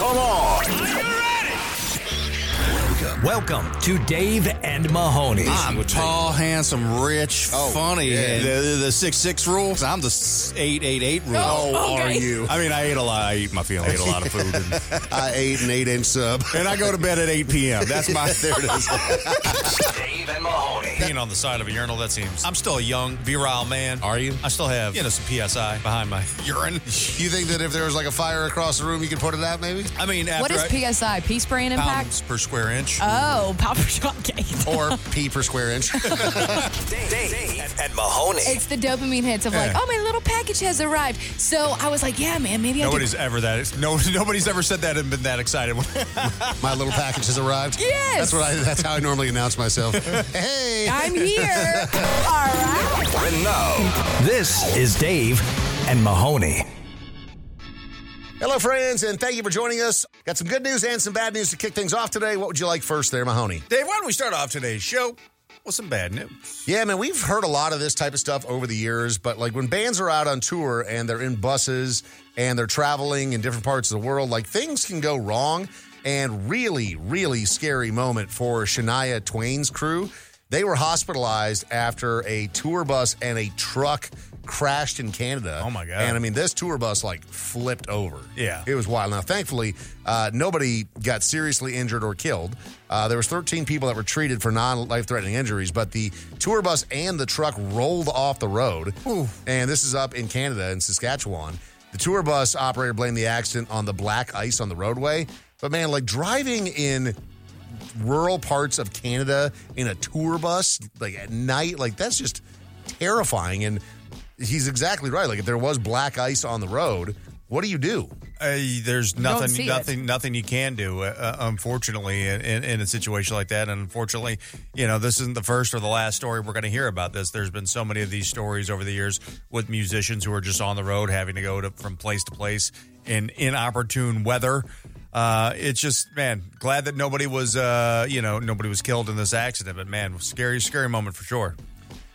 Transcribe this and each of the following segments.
Come on. Welcome to Dave and Mahoney. I'm tall, handsome, rich, funny. yeah. Oh, The, the six six rule. I'm the s- eight eight eight rule. Oh, okay. are you? I mean, I ate a lot. I eat my feelings. I ate a lot of food, and, I ate an eight inch sub. and I go to bed at eight p.m. That's my there it is. Dave and Mahoney. peeing on the side of a urinal. That seems. I'm still a young, virile man. Are you? I still have you know some psi behind my urine. You think that if there was like a fire across the room, you could put it out? Maybe. I mean, after What is I- PSI? Pea spray and pounds impact? per square inch. Oh, power shotcake. Or pee per square inch. Dave, Dave and Mahoney. It's the dopamine hits of like, Yeah. oh, my little package has arrived. So I was like, yeah, man, maybe I Nobody's ever that. No, nobody's ever said that and been that excited. My little package has arrived. Yes. That's what I. That's how I normally announce myself. hey. could. I'm here. All right. Renault. This is Dave and Mahoney. Hello, friends, and thank you for joining us. Got some good news and some bad news to kick things off today. What would you like first, there, Mahoney? Dave, why don't we start off today's show with some bad news? Yeah, man, we've heard a lot of this type of stuff over the years, but like when bands are out on tour and they're in buses and they're traveling in different parts of the world, like things can go wrong. And really, really scary moment for Shania Twain's crew. They were hospitalized after a tour bus and a truck crashed in Canada. Oh, my God. And I mean, this tour bus like flipped over. Yeah. It was wild. Now, thankfully, uh, nobody got seriously injured or killed. Uh, there was 13 people that were treated for non-life-threatening injuries, but the tour bus and the truck rolled off the road. And this is up in Canada, in Saskatchewan. The tour bus operator blamed the accident on the black ice on the roadway. But man, like driving in rural parts of Canada in a tour bus, like at night, like that's just terrifying. And he's exactly right. Like if there was black ice on the road, what do you do? Uh, there's see nothing, it. nothing, nothing you can do. Uh, unfortunately, in, in, in a situation like that, and unfortunately, you know, this isn't the first or the last story we're going to hear about this. There's been so many of these stories over the years with musicians who are just on the road, having to go to, from place to place in inopportune weather. Uh, it's just man, glad that nobody was, uh, you know, nobody was killed in this accident. But man, scary, scary moment for sure.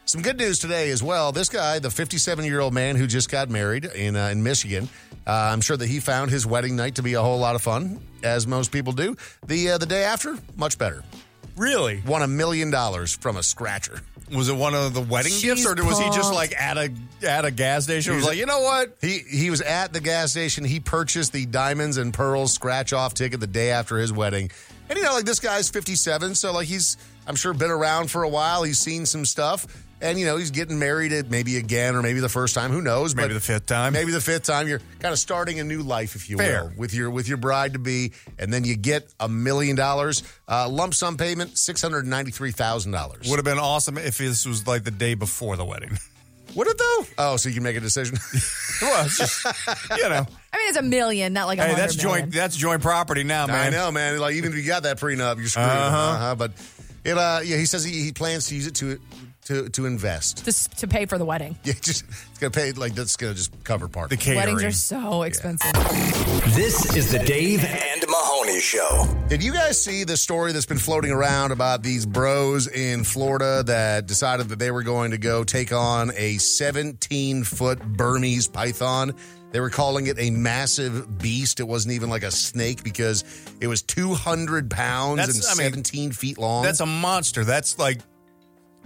Some good news today as well. This guy, the 57 year old man who just got married in uh, in Michigan, uh, I'm sure that he found his wedding night to be a whole lot of fun, as most people do. The uh, the day after, much better. Really, Won a million dollars from a scratcher. Was it one of the wedding She's gifts, or was he just pumped. like at a at a gas station? He was like, you know what? He he was at the gas station. He purchased the diamonds and pearls scratch off ticket the day after his wedding. And you know, like this guy's 57, so like he's I'm sure been around for a while. He's seen some stuff, and you know he's getting married at maybe again or maybe the first time. Who knows? Maybe the fifth time. Maybe the fifth time. You're kind of starting a new life, if you Fair. will, with your with your bride to be, and then you get a million dollars uh, lump sum payment, six hundred ninety three thousand dollars. Would have been awesome if this was like the day before the wedding. Would it though? Oh, so you can make a decision. well, it's just you know, I mean, it's a million, not like a hey, hundred that's million. joint that's joint property now, man. I know, man. Like even if you got that prenup, you're screwed. Uh-huh. Uh-huh. But it, uh, yeah, he says he, he plans to use it to to to invest. To, s- to pay for the wedding. Yeah, just it's gonna pay like that's gonna just cover part. The catering. Weddings are so expensive. This is the Dave. And Mahoney Show. Did you guys see the story that's been floating around about these bros in Florida that decided that they were going to go take on a 17 foot Burmese python? They were calling it a massive beast. It wasn't even like a snake because it was 200 pounds That's- and I mean, 17 feet long. That's a monster. That's like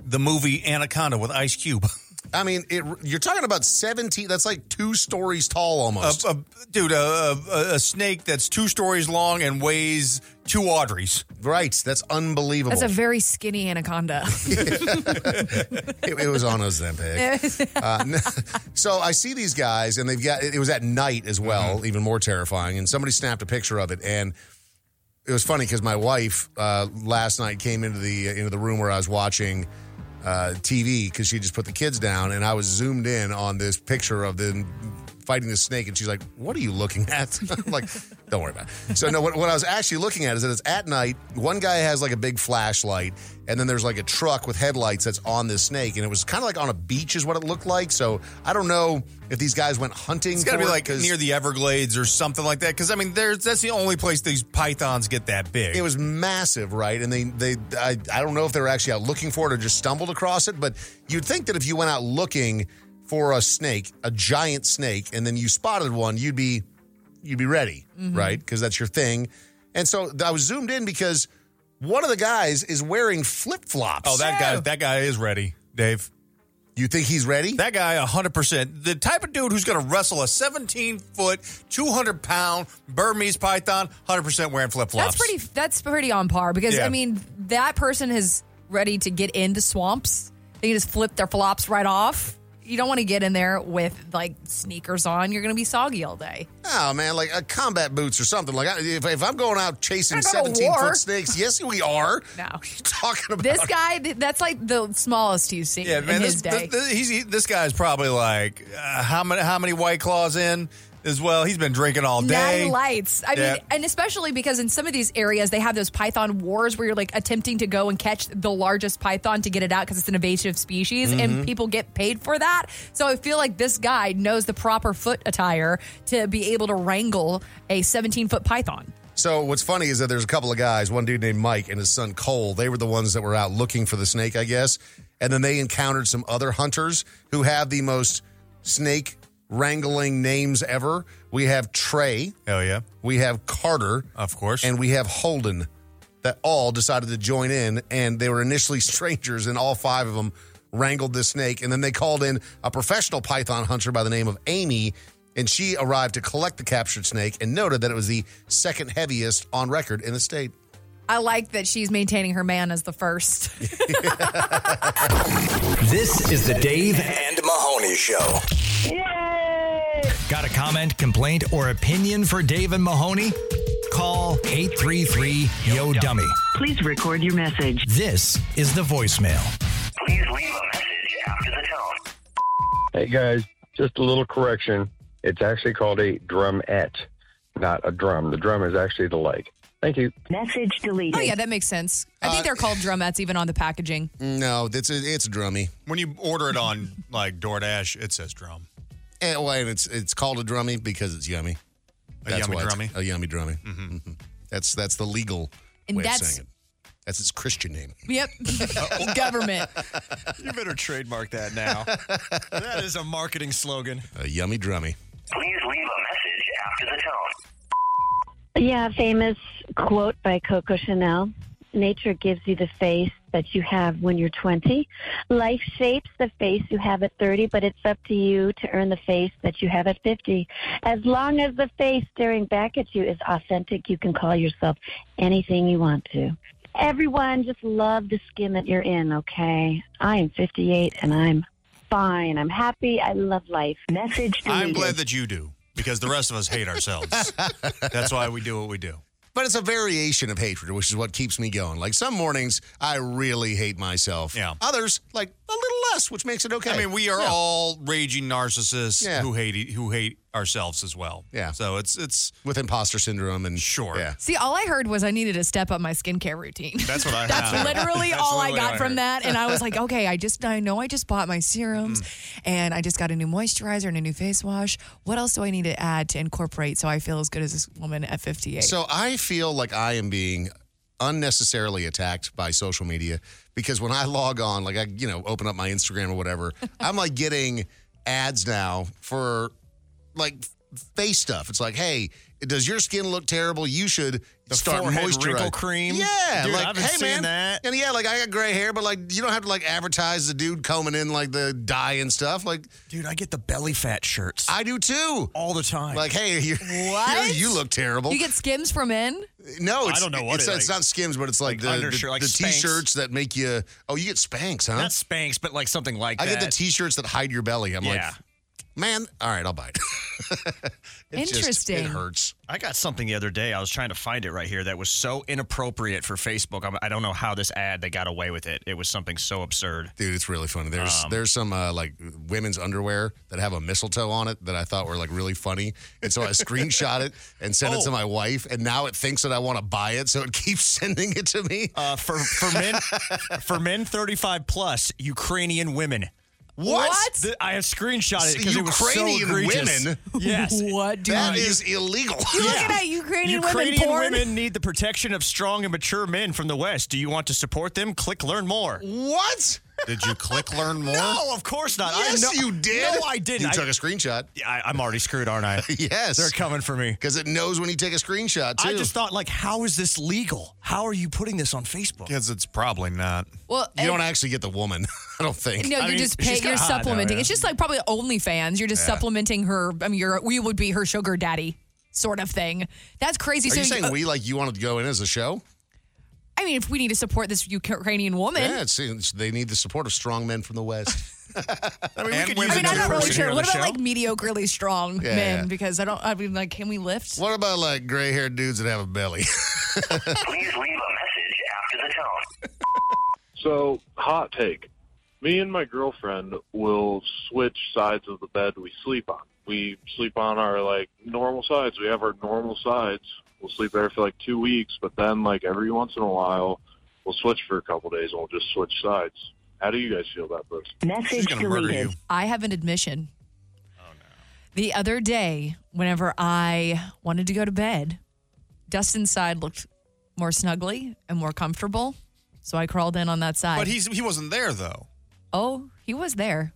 the movie Anaconda with Ice Cube. I mean, it, you're talking about 17. That's like two stories tall a, almost. a- dude, a, a, a snake that's two stories long and weighs two Audreys. right. That's unbelievable. That's a very skinny anaconda. it, it was on Ozempic. uh, no- so I see these guys, and they've got it was at night as well, even more terrifying. And somebody snapped a picture of it, and it was funny because my wife uh, last night came into the uh, into the room where I was watching uh, TV because she just put the kids down, and I was zoomed in on this picture of them fighting the snake, and she's like, "What are you looking at?" I'm like, "Don't worry about it." So no, what, what I was actually looking at is that it's at night. One guy has like a big flashlight, and then there's like a truck with headlights that's on this snake, and it was kind of like on a beach, is what it looked like. So I don't know if these guys went hunting. It's got to be like near the. near the Everglades or something like that. Because I mean, there's that's the only place these pythons get that big. It was massive, right? And they they I, I don't know if they were actually out looking for it or just stumbled across it, but you'd think that if you went out looking for a snake, a giant snake, and then you spotted one, you'd be you'd be ready, Mm-hmm. right? Because that's your thing. And so I was zoomed in because one of the guys is wearing flip flops. Oh, that guy, that guy is ready, Dave. You think he's ready? That guy, 100%. The type of dude who's going to wrestle a 17 foot, 200 pound Burmese python, 100% wearing flip flops. That's pretty. That's pretty on par because Yeah. I mean that person is ready to get into swamps. They just flip their flops right off. You don't want to get in there with like sneakers on. You're going to be soggy all day. Oh man, like uh, combat boots or something. Like I, if, if I'm going out chasing We're not at seventeen war. foot snakes, yes, we are. No. What are you talking about? This guy, th- that's like the smallest he's seen Yeah, in man. This, his day. this, this, he's, he, this guy's probably like, uh, how many how many White Claws in as well? He's been drinking all day. Nine lights. I Yeah. mean, and especially because in some of these areas they have those python wars where you're like attempting to go and catch the largest python to get it out because it's an invasive species, Mm-hmm. and people get paid for that. So I feel like this guy knows the proper foot attire to be able to wrangle a 17 foot python. So what's funny is that there's a couple of guys, one dude named Mike and his son Cole. They were the ones that were out looking for the snake, I guess. And then they encountered some other hunters who have the most snake wrangling names ever. We have Trey, Hell yeah. we have Carter, Of course. and we have Holden that all decided to join in and they were initially strangers and all five of them wrangled this snake and then they called in a professional python hunter by the name of Amy and she arrived to collect the captured snake and noted that it was the second heaviest on record in the state. I like that she's maintaining her man as the first. This is the Dave. And Mahoney Show. Got a comment, complaint, or opinion for Dave and Mahoney? Call 833 Yo Dummy. Please record your message. This is the voicemail. Please leave a message after the tone. Hey guys, just a little correction. It's actually called a drumette, not a drum. The drum is actually the leg. Thank you. Message deleted. oh, yeah, that makes sense. I Uh, think they're called drumettes even on the packaging. No, it's a, it's a drummy. when you order it on like DoorDash, it says drum. And, Eh, well, and it's it's called a drummy because it's yummy. A yummy why it's drummy. Mm-hmm. A yummy drummy. Mhm. That's that's the legal And way of that's- saying it. That's its Christian name. Yep. Government. You better trademark that now. that is a marketing slogan. A yummy drummy. Please leave a message after the tone. Yeah, famous quote by Coco Chanel. Nature gives you the face that you have when you're 20. Life shapes the face you have at 30, but it's up to you to earn the face that you have at 50. As long as the face staring back at you is authentic, you can call yourself anything you want to. Everyone, just love the skin that you're in, okay? I am 58 and I'm fine. I'm happy. I love life. Message deleted. I'm glad that you do because the rest of us hate ourselves. That's why we do what we do. But it's a variation of hatred, which is what keeps me going. Like some mornings, I really hate myself. Yeah. Others, like a little less, which makes it okay. I mean, we are Yeah. all raging narcissists Yeah. who hate e- who hate ourselves as well. Yeah. So it's it's with imposter syndrome and Sure. Yeah. See, all I heard was I needed to step up my skincare routine. that's what I That's have. literally That's all I literally got what from heard. that. And I was like, okay, I just, I know I just bought my serums and I just got a new moisturizer and a new face wash. What else do I need to add to incorporate so I feel as good as this woman at 58? So I feel like I am being unnecessarily attacked by social media because when I log on, like I, you know, open up my Instagram or whatever, I'm like getting ads now for like f- face stuff. It's like, hey, does your skin look terrible? You should start forehead moisturizing. wrinkle cream? Yeah, Dude, like I've been hey seeing man, that. and yeah, like I got gray hair, but like you don't have to like advertise the dude combing in like the dye and stuff. Like Dude, I get the belly fat shirts I do too. all the time. Like hey, you What? you look terrible. you get skims from in? No, it's, don't know what it's, it- it's like- not Skims, but it's like, Like the, undershirt, the, like the Spanx. t-shirts that make you. Oh, you get Spanx, huh? not Spanx, but like something like I that. get the t-shirts that hide your belly. I'm Yeah. like, man, all right, I'll buy it. It just- Interesting. it hurts. I got something the other day. I was trying to find it right here that was so inappropriate for Facebook. I'm, I don't know how this ad they got away with it. It was something so absurd. Dude, it's really funny. There's Um, there's some uh, like women's underwear that have a mistletoe on it that I thought were like really funny, and so I screenshot it and sent Oh. it to my wife, and now it thinks that I want to buy it, so it keeps sending it to me. Uh, for for men for men 35 plus Ukrainian women. What? The- I have screenshot it because it was Ukrainian so egregious. women? Yes. What do that you is illegal. looking at Ukrainian women Ukrainian porn? women need the protection of strong and mature men from the West. Do you want to support them? Click learn more. What? Did you click learn more? No, of course not. Yes, I know, you did. No, I didn't. You I, took a screenshot. I, I'm already screwed, aren't I? Yes. They're coming for me. Because it knows when you take a screenshot, too. I just thought, like, how is this legal? How are you putting this on Facebook? Because it's probably not. Well, you and- don't actually get the woman, I don't think. No, I you're mean, just she's pay, kinda you're hot though, supplementing. yeah. It's just like probably OnlyFans. You're just supplementing her. I mean, you're we would be her sugar daddy sort of thing. That's crazy. Are so you saying uh, we like you wanted to go in as a show? I mean, if we need to support this Ukrainian woman, Yeah, it seems they need the support of strong men from the West. I mean, we could I mean, I'm not really sure. What about like Like- mediocrely strong Yeah. men? Because I don't. I mean, like, can we lift? what about like gray haired dudes that have a belly? Please leave a message after the tone. So, hot take. Me and my girlfriend will switch sides of the bed we sleep on. We sleep on our like normal sides. We have our normal sides. We'll sleep there for like two weeks, but then like every once in a while, we'll switch for a couple days and we'll just switch sides. How do you guys feel about this? She's Message going to murder you. deleted. I have an admission. Oh no! The other day, whenever I wanted to go to bed, Dustin's side looked more snuggly and more comfortable, so I crawled in on that side. But he's he wasn't there though. oh, he was there.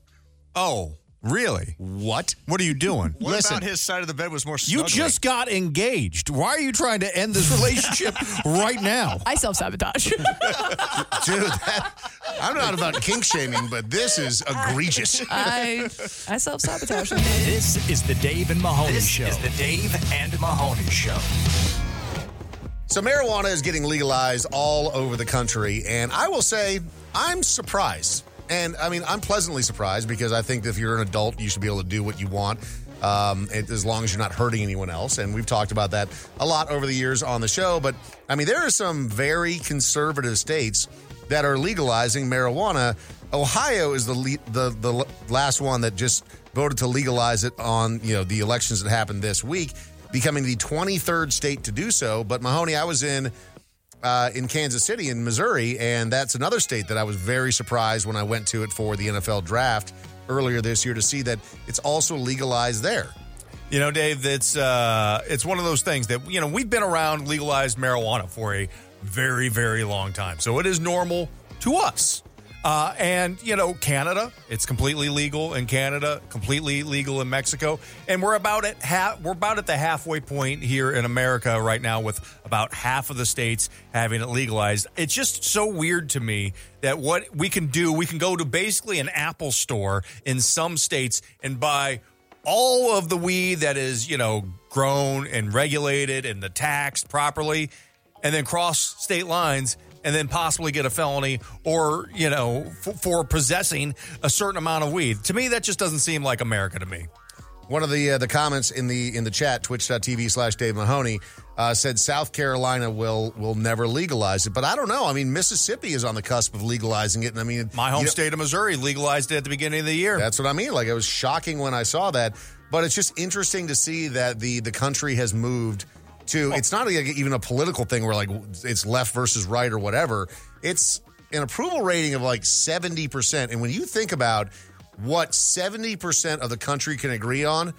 Oh, really? what? What are you doing? What Listen. about his side of the bed was more snuggly? You just got engaged. Why are you trying to end this relationship right now? I self sabotage. Dude, that, I'm not about kink shaming, but this is egregious. I I self sabotage. This is the Dave and Mahoney Show. This is the Dave and Mahoney Show. So marijuana is getting legalized all over the country, and I will say I'm surprised. And I mean, I'm pleasantly surprised because I think if you're an adult, you should be able to do what you want. Um, it- as long as you're not hurting anyone else. And we've talked about that a lot over the years on the show. But I mean, there are some very conservative states that are legalizing marijuana. Ohio is the le- the the l- last one that just voted to legalize it on you know the elections that happened this week, becoming the 23rd state to do so. But Mahoney, I was in uh, in Kansas City in Missouri, and that's another state that I was very surprised when I went to it for the NFL draft earlier this year to see that it's also legalized there. You know, Dave, it's uh, it's one of those things that you know we've been around legalized marijuana for a very, very long time, so it is normal to us. Uh, and you know, Canada, it's completely legal in Canada, completely legal in Mexico, and we're about at half. We're about at the halfway point here in America right now, with about half of the states having it legalized. It's just so weird to me that what we can do, we can go to basically an Apple store in some states and buy all of the weed that is, you know, grown and regulated and the taxed properly, and then cross state lines and then possibly get a felony or, you know, f- for possessing a certain amount of weed. To me, that just doesn't seem like America to me. One of the uh, the comments in the in the chat, twitch.tv slash Dave Mahoney, uh, said South Carolina will will never legalize it. But I don't know. I mean, Mississippi is on the cusp of legalizing it, and I mean, My home you know- state of Missouri legalized it at the beginning of the year. That's what I mean. Like it was shocking when I saw that, but it's just interesting to see that the the country has moved to. It's not like even a political thing where like it's left versus right or whatever. It's an approval rating of like seventy percent, and when you think about what seventy percent of the country can agree on,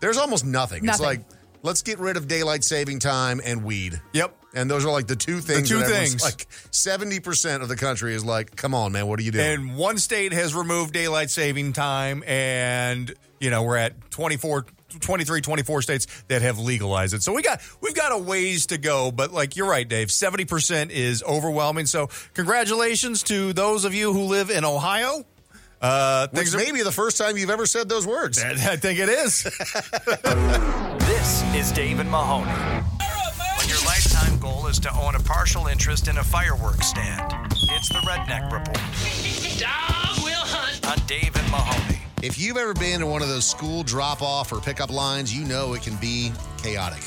there's almost nothing. It's Nothing. like let's get rid of daylight saving time and weed. Yep. And those are like the two things. two that everyone's things. Like seventy percent of the country is like, come on, man, what are you doing? And one state has removed daylight saving time, and you know we're at 24, 23, 24 states that have legalized it. So we got we've got a ways to go, but like you're right, Dave, seventy percent is overwhelming. So congratulations to those of you who live in Ohio. Uh, Which things are- may be the first time you've ever said those words. I think it is. This is Dave and Mahoney. When your lifetime goal is to own a partial interest in a fireworks stand, it's the Redneck Report. Dog will hunt. On Dave and Mahoney. If you've ever been to one of those school drop off or pickup lines, you know it can be chaotic.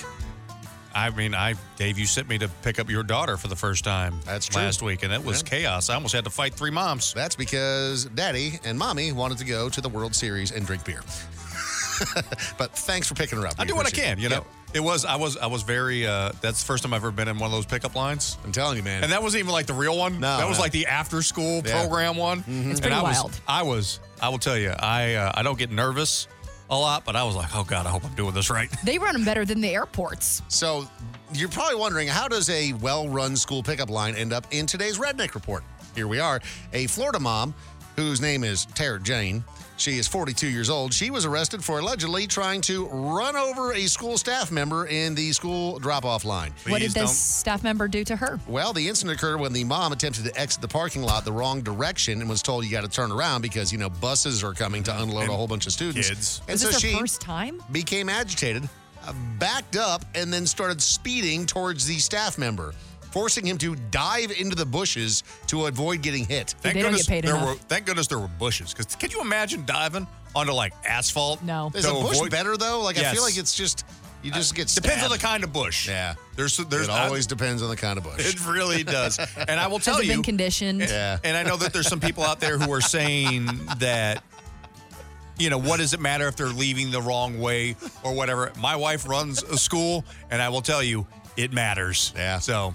I mean, I Dave, you sent me to pick up your daughter for the first time. That's true. Last week, and it was chaos. I almost had to fight three moms. That's because daddy and mommy wanted to go to the World Series and drink beer. but thanks for picking her up. I We do what I appreciate can, it. you know. Yeah. It was I was I was very. Uh, that's the first time I've ever been in one of those pickup lines. I'm telling you, man. And that wasn't even like the real one. No, that was no. like the after school Yeah. Mm-hmm. program one. It's pretty I was, wild. I was, I will tell you, I uh, I don't get nervous a lot, but I was like, oh god, I hope I'm doing this right. they run them better than the airports. so you're probably wondering how does a well run school pickup line end up in today's Redneck Report? here we are. A Florida mom whose name is Tara Jane. She is 42 years old. She was arrested for allegedly trying to run over a school staff member in the school drop off line. what did this staff member do to her? Well, the incident occurred when the mom attempted to exit the parking lot the wrong direction and was told you got to turn around because, you know, buses are coming to unload a whole bunch of students. kids. And Was so this her she first time? became agitated, uh, backed up, and then started speeding towards the staff member, forcing him to dive into the bushes to avoid getting hit. Thank goodness, there were, thank goodness there were bushes. Because could you imagine diving onto like asphalt? No. Is a bush better, though? Like, I feel like it's just, you just get Depends on stabbed. the kind of bush. Yeah. There's, it there's always depends on the kind of bush. It really does. And I will Has tell it you. been conditioned? Yeah. And I know that there's some people out there who are saying that, you know, what does it matter if they're leaving the wrong way or whatever? My wife runs a school, and I will tell you, it matters. Yeah. So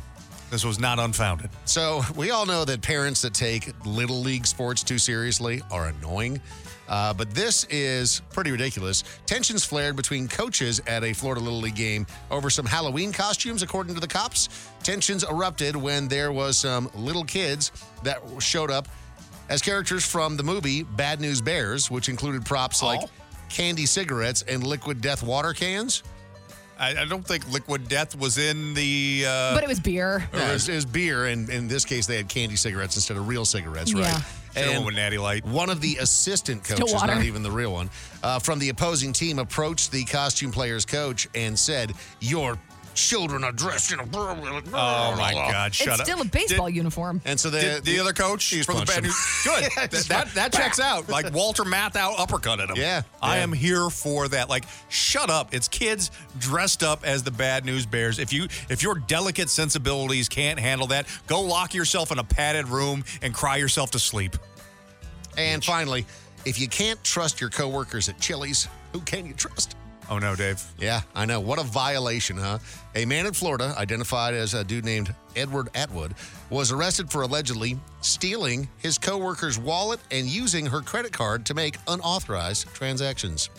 this was not unfounded. So we all know that parents that take little league sports too seriously are annoying. Uh, but this is pretty ridiculous. Tensions flared between coaches at a Florida Little League game over some Halloween costumes, according to the cops. Tensions erupted when there was some little kids that showed up as characters from the movie Bad News Bears, which included props like candy cigarettes and liquid death water cans. I, I don't think liquid death was in the. Uh, but it was beer. Yeah, it, was, it was beer, and in this case, they had candy cigarettes instead of real cigarettes, right? Yeah. Should've went with Natty Light. One of the assistant Still coaches, water. not even the real one, uh, from the opposing team approached the costume player's coach and said, Your children are dressed in a. Oh, Oh my God! it's Shut up. still a baseball uniform. And so Did the other coach He's from the punched bad him. news. Good. that, that that checks out. Like Walter Matthau uppercutted him. Yeah, I yeah. am here for that. Like, shut up. It's kids dressed up as the bad news bears. If you if your delicate sensibilities can't handle that, go lock yourself in a padded room and cry yourself to sleep. And finally, if you can't trust your coworkers at Chili's, who can you trust? Oh no, Dave. Yeah, I know. What a violation, huh? A man in Florida, identified as a dude named Edward Atwood, was arrested for allegedly stealing his coworker's wallet and using her credit card to make unauthorized transactions.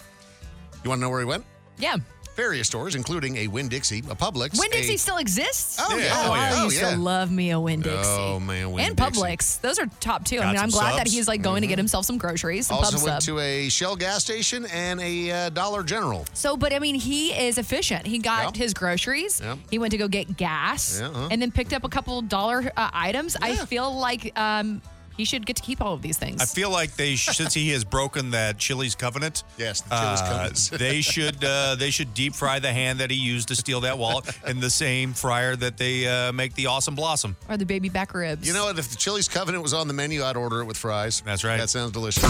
You want to know where he went? Yeah. Various stores, including a Winn Dixie, a Publix. Winn Dixie a- still exists? Oh, yeah. Oh, yeah. I Oh, used yeah. to love me a Winn Dixie. Oh, man, Winn and Dixie. Publix. Those are top two. I Got mean, I'm some glad that subs. Mm-hmm. he's like going to get himself some groceries. Some Also pub went sub. to a Shell gas station and a uh, Dollar General. So, but I mean, he is efficient. He got his groceries. Yep. He went to go get gas, Yeah, uh-huh. and then picked up a couple dollar uh, items. I feel like um, he should get to keep all of these things. I feel like they sh- since he has broken that Chili's covenant. Yes, the Chili's uh, covenants. they should uh, they should deep fry the hand that he used to steal that wallet in the same fryer that they uh, make the awesome blossom. or the baby back ribs. You know what? If the Chili's Covenant was on the menu, I'd order it with fries. That's right. That sounds delicious.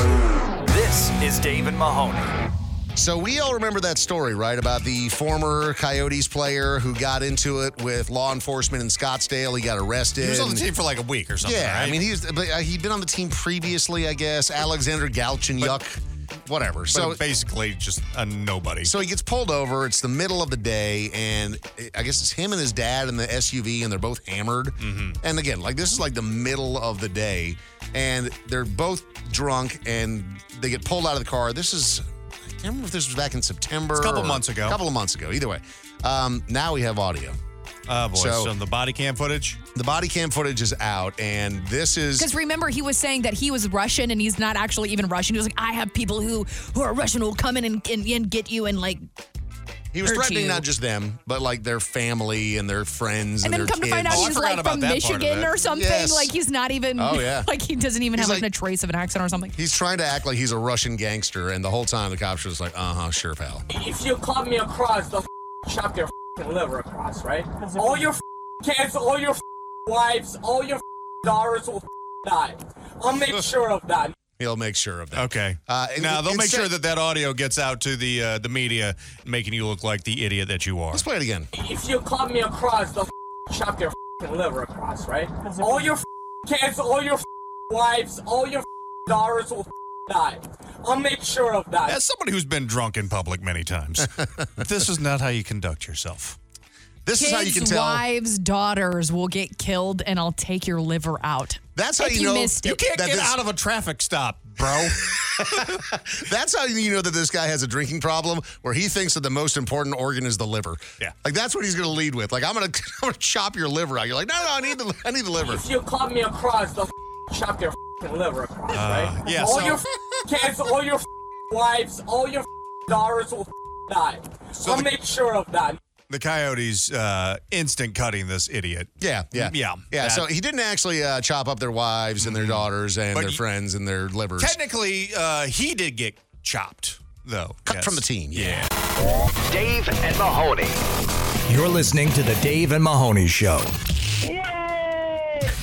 This is Dave and Mahoney. So we all remember that story, right, about the former Coyotes player who got into it with law enforcement in Scottsdale. He got arrested. He was on the team for like a week or something. yeah, right? I mean, he's but, uh, he'd been on the team previously, I guess. Alexander Galchenyuk, whatever. So so basically, just a nobody. so he gets pulled over. It's the middle of the day, and it- I guess it's him and his dad in the SUV, and they're both hammered. Mm-hmm. And again, like this is like the middle of the day, and they're both drunk, and they get pulled out of the car. This is I can't remember if this was back in September, It's a couple or- months ago. A couple of months ago, either way. Um, now we have audio. Oh boy! So, the body cam footage. The body cam footage is out, and this is Because remember, he was saying that he was Russian and he's not actually even Russian. He was like, I have people who who are Russian who will come in and, and, and get you and like, he was hurt threatening you. not just them, but like their family and their friends, and then and, their come to find out kids. Oh, he's like from Michigan or something. Yes. Like he's not even. Oh, yeah. like he doesn't even He's have like- like, a trace of an accent or something. He's trying to act like he's a Russian gangster, and the whole time the cops are just like, uh huh, sure, pal. If you cut me across, they'll chop your liver across, right? All your kids, all your wives, all your daughters will die. I'll make sure of that. He'll make sure of that. Okay. Uh, now they'll make instead- sure that that audio gets out to the uh, the media, making you look like the idiot that you are. Let's play it again. If you cut me across, they'll chop your liver across, right? All your kids, all your wives, all your daughters will die. I'll make sure of that. As somebody who's been drunk in public many times, this is not how you conduct yourself. This Kids, wives, daughters will get killed, and I'll take your liver out. That's how If you know missed you it. can't That get this- out Out of a traffic stop, bro. That's how you know that this guy has a drinking problem, where he thinks that the most important organ is the liver. Yeah. Like that's what he's going to lead with. Like I'm going to I'm going to chop your liver out. You're like, no, no, I need the I need the liver. If you cut me across, they'll chop their liver across, right? yeah, All so- your kids, all your wives, all your daughters will die. I'll make sure of that. The Coyotes uh, instant cutting this idiot. Yeah, yeah, yeah, yeah. Mm-hmm. That- So he didn't actually uh, chop up their wives and their daughters and their friends and their livers. technically uh, he did get chopped though. Cut from the team. Yeah. Dave and Mahoney. You're listening to the Dave and Mahoney Show.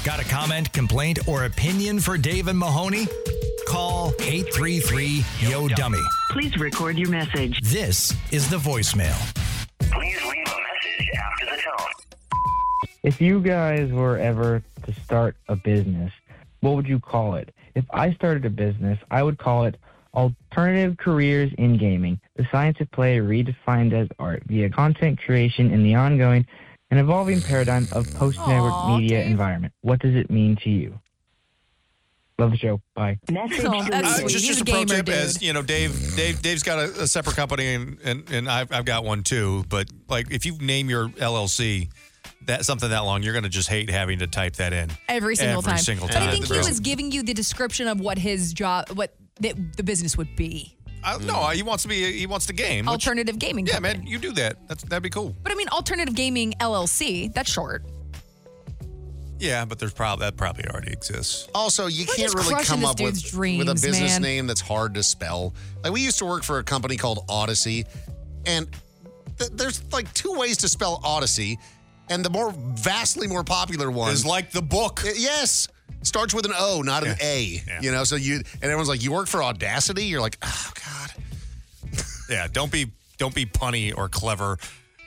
Got a comment, complaint, or opinion for Dave and Mahoney? Call 833 Yo Dummy. Please record your message. This is the voicemail. Please leave a message after the tone. If you guys were ever to start a business, what would you call it? If I started a business, I would call it Alternative Careers in Gaming, the science of play redefined as art via content creation in the ongoing and evolving paradigm of post network media environment. What does it mean to you? Love the show. Bye. Oh, Uh, Just, just a, pro tip, as you know, Dave, Dave, Dave's got a, a separate company, and and, and I've, I've got one too. But like, if you name your LLC that something that long, you're going to just hate having to type that in every single every time. Single but time. I think he was giving you the description of what his job, what the, the business would be. I- no, he wants to be. He wants to game. which- alternative gaming. yeah, company. man, you do that. That's that'd be cool. But I mean, alternative gaming LLC. That's short. Yeah, but there's probably that probably already exists. Also, you We're can't just really crushing come this up with, dude's with a dreams, business man. name that's hard to spell. Like we used to work for a company called Odyssey, and th- there's like two ways to spell Odyssey, and the more vastly more popular one Is like the book. yes, starts with an O, not an A. You know, so you and everyone's like, you work for Audacity. You're like, oh god. Yeah, don't be don't be punny or clever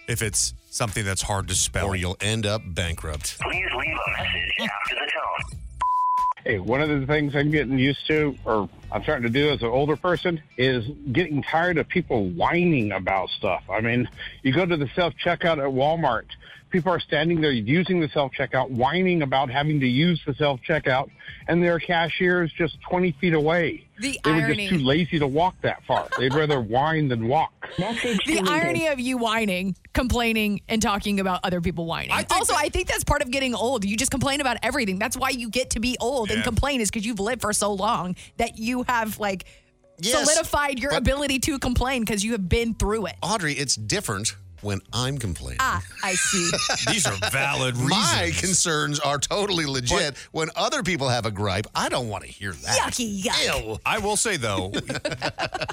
if it's something that's hard to spell, or you'll end up bankrupt. Please leave a message after the tone. Hey, one of the things I'm getting used to, or I'm starting to do as an older person, is getting tired of people whining about stuff. I mean, you go to the self checkout at Walmart, people are standing there using the self checkout, whining about having to use the self checkout, and their cashier is just 20 feet away. The they irony. were just too lazy to walk that far. They'd rather whine than walk. The irony of you whining, complaining, and talking about other people whining. also, I think that's part of getting old. You just complain about everything. That's why you get to be old and Yeah. complain is because you've lived for so long that you have like Yes, solidified your but- ability to complain because you have been through it. Audrey, it's different when I'm complaining. Ah, I see. These are valid My reasons. concerns are totally legit. when other people have a gripe, I don't want to hear that. Yucky, yuck. I will say though,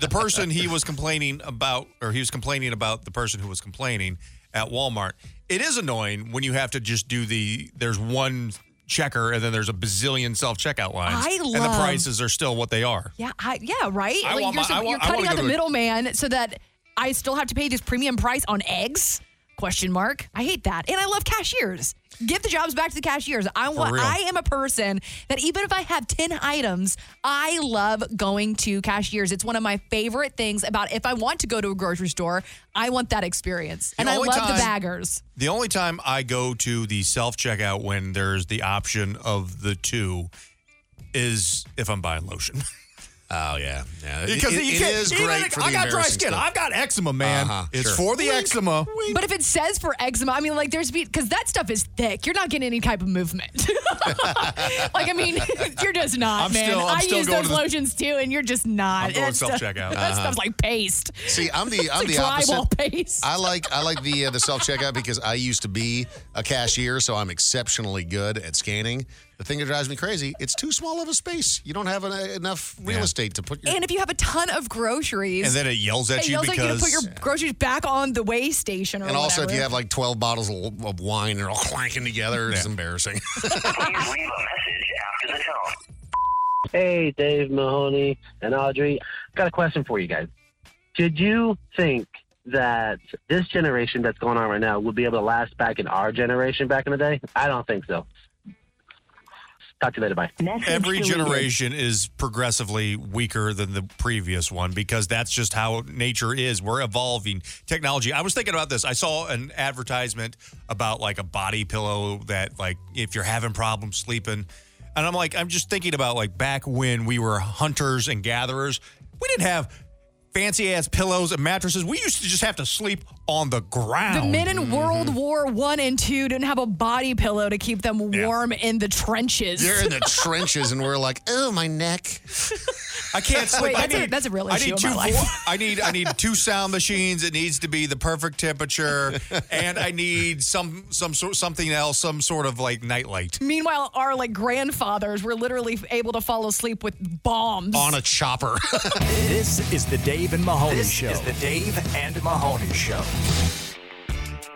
the person he was complaining about, or he was complaining about the person who was complaining at Walmart. It is annoying when you have to just do the. There's one checker, and then there's a bazillion self checkout lines, I and the love- prices are still what they are. Yeah, I, yeah, right. I like want you're, my- sup- I want- you're I cutting wanna out go the to- middleman so that I still have to pay this premium price on eggs? Question mark. I hate that, and I love cashiers. Give the jobs back to the cashiers. I want. real. I am a person that even if I have ten items, I love going to cashiers. It's one of my favorite things about if I want to go to a grocery store, I want that experience, The and I only love the time- baggers. The only time I go to the self checkout when there's the option of the two is if I'm buying lotion. Oh yeah, yeah. Because It- you it can't- is even great if- for I the got dry embarrassing skin. stuff. I've got eczema, man. Uh-huh, it's sure. for the eczema. But if it says for eczema, I mean, like there's because that stuff is thick. You're not getting any type of movement. like I mean, you're just not, I'm man. still- I'm I still use going those to the- lotions too, and you're just not. I'm going That stuff- self-checkout. That Uh-huh. stuff's like paste. See, I'm the It's I'm like the drywall opposite. paste. I like I like the uh, the self checkout because I used to be a cashier, so I'm exceptionally good at scanning. The thing that drives me crazy, it's too small of a space. You don't have an, enough real estate to put your. And if you have a ton of groceries, And then it yells at it you yells at you to because- put your groceries back on the way station. Or And also, if whatever. you have like 12 bottles of of wine, they're all clanking together. It's embarrassing. Please leave a message after the tone. Hey, Dave Mahoney and Audrey. Got a question for you guys. Did you think that this generation that's going on right now would be able to last back in our generation back in the day? I don't think so. Talk to you later. Bye. Every generation is progressively weaker than the previous one because that's just how nature is. We're evolving technology. I was thinking about this. I saw an advertisement about like a body pillow that like if you're having problems sleeping. And I'm like I'm just thinking about like back when we were hunters and gatherers, we didn't have fancy ass pillows and mattresses. We used to just have to sleep on the ground. The men in Mm-hmm. World War One and Two didn't have a body pillow to keep them warm in the trenches. You're in the trenches, and we're like, oh, my neck. I can't Wait, sleep. I that's a- need, that's a real I issue need in two. my life. vo- I need I need two sound machines. It needs to be the perfect temperature, and I need some some sort something else, some sort of like nightlight Meanwhile, our like grandfathers were literally able to fall asleep with bombs. on a chopper. This is the Dave and Mahoney This Show. is the Dave and Mahoney Show.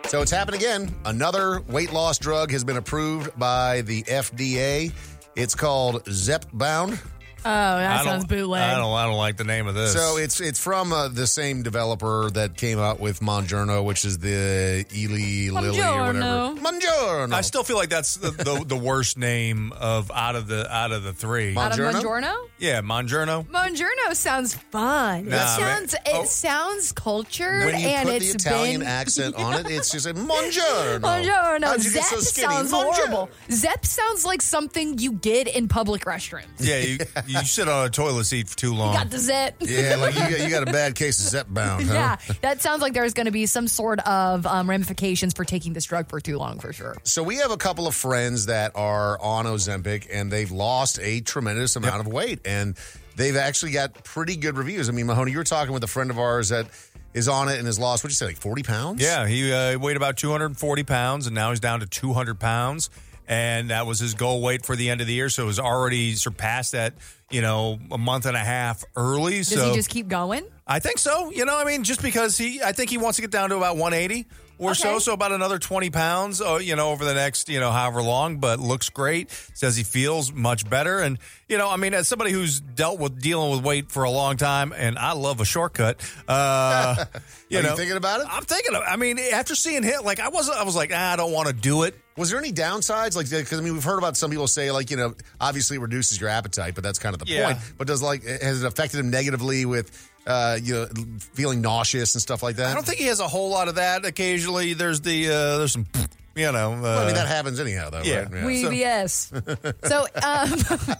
So it's happened again. Another weight loss drug has been approved by the FDA. It's called Zepbound. Oh, that I don't- sounds bootleg. I don't I don't like the name of this. So it's it's from uh, the same developer that came out with Monjourno, which is the Eli Lilly or whatever. Mangiorno. I still feel like that's the, the, the worst name of out of the out of the three. Out of Mongiorno? Yeah, Mongiorno. Mongiorno sounds fun. Nah, it sounds man. it sounds cultured Oh. When you and put the it's Italian been accent on it, it's just a Monjourno. Buongiorno. How'd you Zep get so skinny? sounds Mongiorno. horrible. Zep sounds like something you get in public restrooms. Yeah, you, you sit on a toilet seat for too long. got the zip. Yeah, like you got, you got a bad case of Zepbound, huh? Yeah, that sounds like there's going to be some sort of um, ramifications for taking this drug for too long, for sure. So we have a couple of friends that are on Ozempic and they've lost a tremendous amount of weight and they've actually got pretty good reviews. I mean, Mahoney, you were talking with a friend of ours that is on it and has lost, what'd you say, like 40 pounds? Yeah, he uh, weighed about 240 pounds, and now he's down to 200 pounds. And that was his goal weight for the end of the year. So it was already surpassed that, you know, a month and a half early. Does so he just keep going? I think so. You know, I mean, just because he, I think he wants to get down to about 180 or so. So about another 20 pounds, uh, you know, over the next, you know, however long, but looks great. Says he feels much better. And, you know, I mean, as somebody who's dealt with dealing with weight for a long time, and I love a shortcut, uh, you Are you know, thinking about it? I'm thinking. Of, I mean, after seeing him, like I wasn't. I was like, ah, I don't want to do it. Was there any downsides? Like, because I mean, we've heard about some people say, like, you know, obviously it reduces your appetite, but that's kind of the Yeah. point. But does like has it affected him negatively with uh, you know feeling nauseous and stuff like that? I don't think he has a whole lot of that. Occasionally, there's the uh, there's some, you know. Uh, Well, I mean, that happens anyhow, though. yeah. right? We So- BS. So um,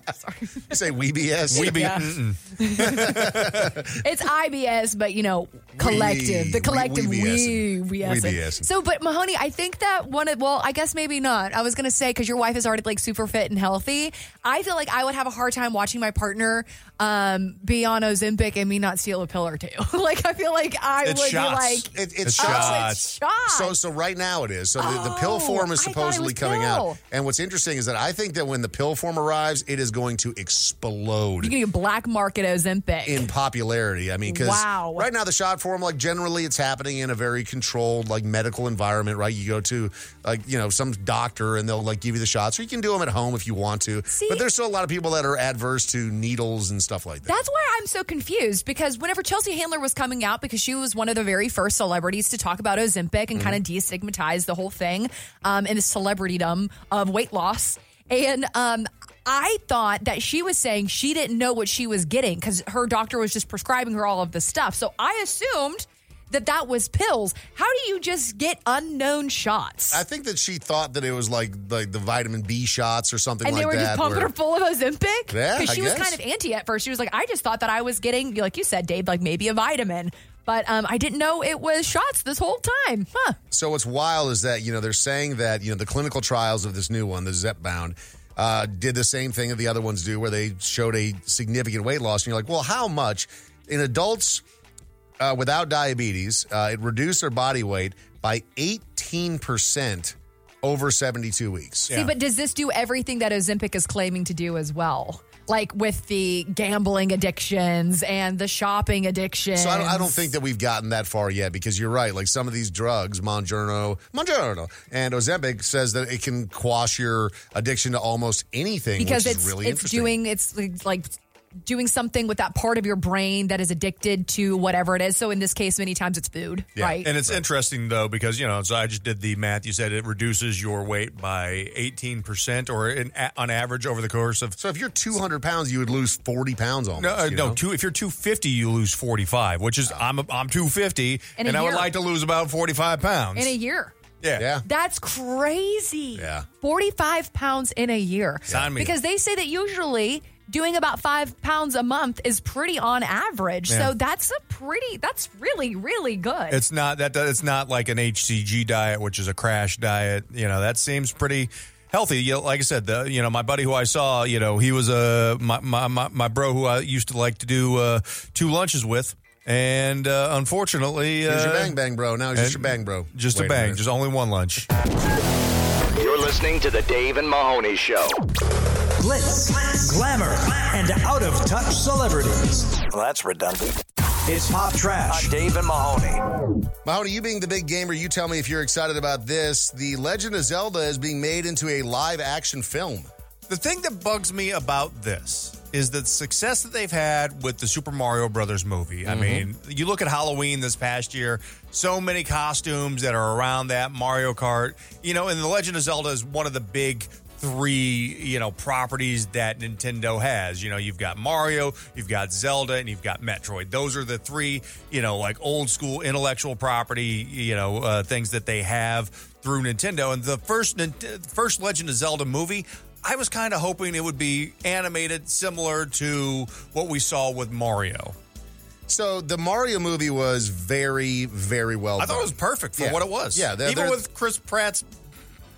You say we BS. We be- Yeah. mm-mm. it's IBS, but you know, collective, We- the collective we- we, we we, BSing. We BSing. So, but Mahoney, I think that one of, well, I guess maybe not. I was going to say, because your wife is already like super fit and healthy. I feel like I would have a hard time watching my partner um, be on Ozempic and me not steal a pill or two. like, I feel like I It's would shots. be like, It, it's, It's shots. oh, it's shots. So, so right now it is. So the, the pill Oh, form is I thought it supposedly was coming out. pill. And what's interesting is that I think that when the pill form arrives, it is going to explode You're going to black market Ozempic. in popularity. I mean, because Wow. right now the shot form, like generally, it's happening in a very controlled, like medical environment. Right, you go to like you know some doctor and they'll like give you the shots, or you can do them at home if you want to. but there's still a lot of people that are adverse to needles and stuff like that. That's why I'm so confused because whenever Chelsea Handler was coming out, because she was one of the very first celebrities to talk about Ozempic and kind of destigmatize the whole thing um, and the celebritydom of weight loss. And um, I thought that she was saying she didn't know what she was getting because her doctor was just prescribing her all of this stuff. So I assumed that that was pills. How do you just get unknown shots? I think that she thought that it was like like the vitamin B shots or something and like they were that. just pumping where- her full of Ozempic. Yeah, I she was guess. kind of anti at first. She was like, "I just thought that I was getting, like you said, Dave, like maybe a vitamin, but um, I didn't know it was shots this whole time." Huh? So what's wild is that you know they're saying that you know the clinical trials of this new one, the Zepbound, uh, did the same thing that the other ones do, where they showed a significant weight loss, and you're like, well, how much in adults uh, without diabetes? Uh, it reduced their body weight by 18 percent over 72 weeks. See, but does this do everything that Ozempic is claiming to do as well? Like with the gambling addictions and the shopping addiction. So I don't, I don't think that we've gotten that far yet because you're right. Like some of these drugs, Monjourno, Monjourno, and Ozempic says that it can quash your addiction to almost anything, because which it's is really it's interesting. doing it's like- like doing something with that part of your brain that is addicted to whatever it is. So in this case, many times it's food, right? And it's interesting though because you know, so I just did the math. You said it reduces your weight by eighteen percent, or in, a, on average over the course of. So if you're two hundred pounds, you would lose forty pounds almost. No, uh, you no. know? Two. If you're two fifty, you lose forty five, which is I'm I'm two fifty, In and a I would year. like to lose about forty five pounds. in a year. yeah, yeah. That's crazy. Yeah. 45 pounds in a year. Sign me up. Because they say that usually doing about five pounds a month is pretty on average. Yeah. So that's a pretty. That's really really good. It's not that. It's not like an HCG diet, which is a crash diet. You know, that seems pretty healthy. You know, like I said, the, you know, my buddy who I saw, you know, he was a my my, my, my bro who I used to like to do uh, two lunches with, and uh, unfortunately, Here's uh, your bang bang, bro. Now he's just your and- bang, bro. Just Wait a a bang, minute. just only one lunch. You're listening to the Dave and Mahoney Show. Blitz, glamour, and out of touch celebrities. Well, that's redundant. Uh, It's pop trash. Dave and Mahoney. Mahoney, you being the big gamer, you tell me if you're excited about this. The Legend of Zelda is being made into a live action film. The thing that bugs me about this is the success that they've had with the Super Mario Brothers movie. I Mhm. mean, you look at Halloween this past year, so many costumes that are around that Mario Kart. You know, and The Legend of Zelda is one of the big three, you know, properties that Nintendo has. You know, you've got Mario, you've got Zelda, and you've got Metroid. Those are the three, you know, like old school intellectual property, you know, uh, things that they have through Nintendo. And the first Nint- first Legend of Zelda movie I was kind of hoping it would be animated similar to what we saw with Mario. So the Mario movie was very, very well I thought done. it was perfect for Yeah. what it was. Yeah, they're- even they're- with Chris Pratt's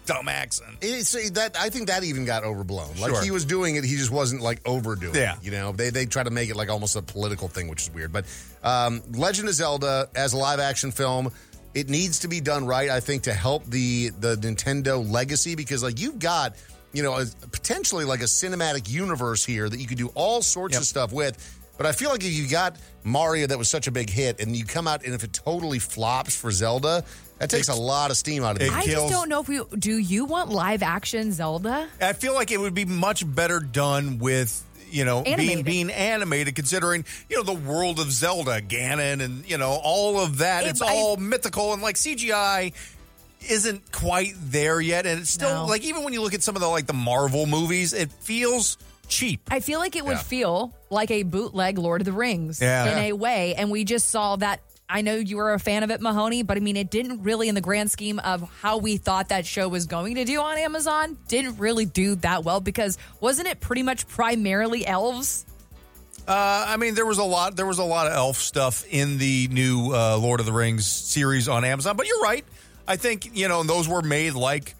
dumb accent. It's, that I think that even got overblown. Like Sure. he was doing it, he just wasn't like overdoing. Yeah. it, you know they they try to make it like almost a political thing, which is weird. But um, Legend of Zelda as a live action film, it needs to be done right. I think to help the the Nintendo legacy because like you've got you know a, potentially like a cinematic universe here that you could do all sorts of stuff with. But I feel like if you got Mario that was such a big hit, and you come out and if it totally flops for Zelda, that takes a lot of steam out of it. I just don't know if we do. You want live action Zelda? I feel like it would be much better done with you know being Animated. being animated, considering you know the world of Zelda, Ganon, and you know all of that. It- it's I- all mythical and like CGI isn't quite there yet, and it's still No. like even when you look at some of the like the Marvel movies, it feels cheap. I feel like it would Yeah. feel like a bootleg Lord of the Rings Yeah. in Yeah. a way. And we just saw that. I know you were a fan of it, Mahoney, but I mean, it didn't really, in the grand scheme of how we thought that show was going to do on Amazon, didn't really do that well because wasn't it pretty much primarily elves? Uh, I mean, there was a lot. There was a lot of elf stuff in the new uh, Lord of the Rings series on Amazon. But you're right. I think you know those were made like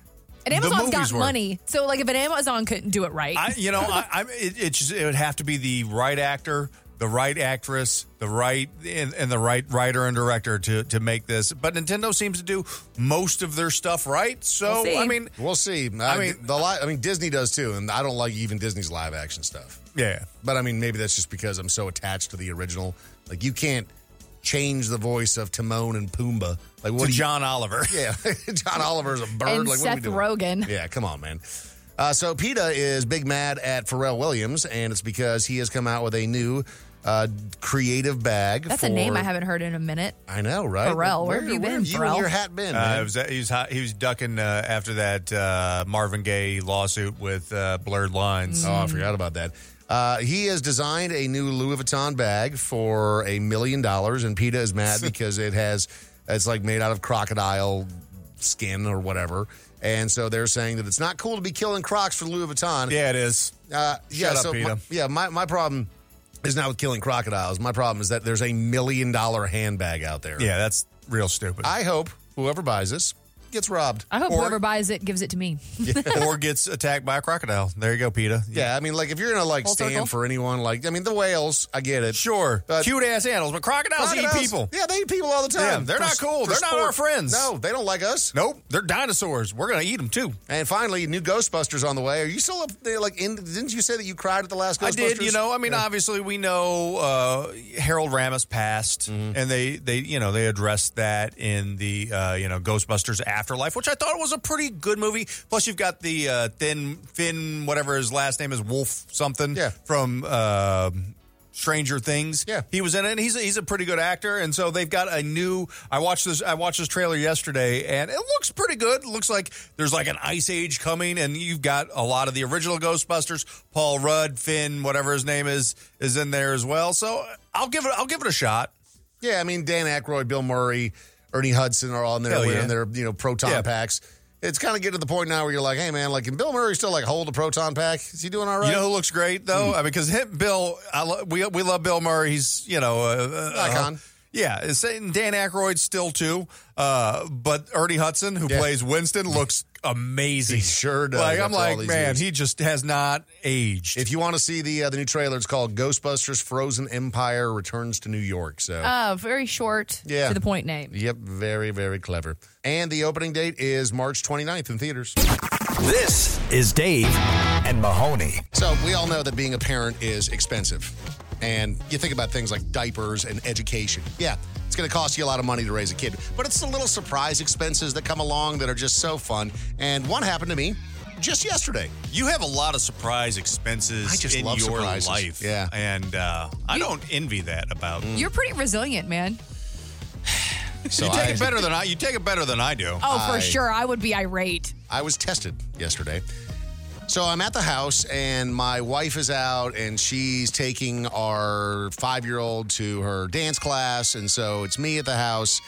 And the Amazon's movies got were. money. So, like, if an Amazon couldn't do it right, I, you know, I, I, it, it just it would have to be the right actor, the right actress, the right and, and the right writer and director to to make this. But Nintendo seems to do most of their stuff right. So I mean, we'll see. I, I mean, mean- the li- I mean, Disney does too, and I don't like even Disney's live action stuff. yeah. But I mean, maybe that's just because I'm so attached to the original. Like, you can't change the voice of Timon and Pumbaa. Like, what To do you- John Oliver. Yeah, John Oliver's a bird. and like, what are we Seth doing? Rogen. Yeah, come on, man. Uh, so PETA is big mad at Pharrell Williams, and it's because he has come out with a new uh, creative bag. That's for- a name I haven't heard in a minute. I know, right? Pharrell, where have you been, and Pharrell? your hat been? Uh, man? it was, he was hot- he was ducking uh, after that uh, Marvin Gaye lawsuit with uh, Blurred Lines. Oh, I forgot about that. Uh, he has designed a new Louis Vuitton bag for a million dollars, and PETA is mad because it has it's like made out of crocodile skin or whatever, and so they're saying that it's not cool to be killing crocs for Louis Vuitton. Yeah, it is. Uh, yeah, Shut up, so my- PETA. yeah, my my problem is not with killing crocodiles. My problem is that there's a million dollar handbag out there. Yeah, that's real stupid. I hope whoever buys this gets robbed. I hope Or- whoever buys it gives it to me. or gets attacked by a crocodile. There you go, PETA. Yeah, I mean, like if you're gonna like Full stand circle. for anyone, like I mean, the whales, I get it. Sure, But- cute ass animals, but crocodiles, eat E people. Yeah, they eat people all the time. Yeah, they're For- not cool. for They're not sport. our friends. No, they don't like us. Nope, they're dinosaurs. We're gonna eat them too. And finally, new Ghostbusters on the way. Are you still up there? Like, in, didn't you say that you cried at the last Ghostbusters? I did, you know. I mean, Yeah. obviously, we know uh, Harold Ramis passed, Mm-hmm. and they, they, you know, they addressed that in the, uh, you know, Ghostbusters Afterlife, which I thought was a pretty good movie. Plus, you've got the uh, thin Finn, whatever his last name is, Wolf something, Yeah. from uh, Stranger Things. Yeah. he was in it. And he's a, he's a pretty good actor, and so they've got a new. I watched this. I watched this trailer yesterday, and it looks pretty good. It looks like there's like an ice age coming, and you've got a lot of the original Ghostbusters. Paul Rudd, Finn, whatever his name is, is in there as well. So I'll give it. I'll give it a shot. yeah. I mean, Dan Aykroyd, Bill Murray, Ernie Hudson are all in there Hell wearing yeah. their you know proton Yeah. packs. It's kind of getting to the point now where you're like, hey man, like can Bill Murray still like hold a proton pack? Is he doing all right? Hmm. You know who looks great though? I mean, because him, Bill, I lo- we we love Bill Murray. He's you know uh, uh, Icon. Yeah, it's saying Dan Aykroyd still too, uh, but Ernie Hudson, who plays Winston, looks amazing. sure does. Like I'm after all like, these man, years. he just has not aged. If you want to see the uh, the new trailer, it's called Ghostbusters: Frozen Empire Returns to New York. So Oh, very short, Yeah. to the point name. Yep, very, very clever. And the opening date is March 29th in theaters. This is Dave and Mahoney. So we all know that being a parent is expensive. And you think about things like diapers and education. Yeah, it's going to cost you a lot of money to raise a kid, but it's the little surprise expenses that come along that are just so fun. And one happened to me just yesterday. You have a lot of surprise expenses I just in love your surprises. life. Yeah. And uh, I don't envy that about You're pretty resilient, man. Mm. So you take I- it better than I you take it better than I do. Oh, for I- sure. I would be irate. I was tested yesterday. So I'm at the house and my wife is out and she's taking our five year old to her dance class. And so it's me at the house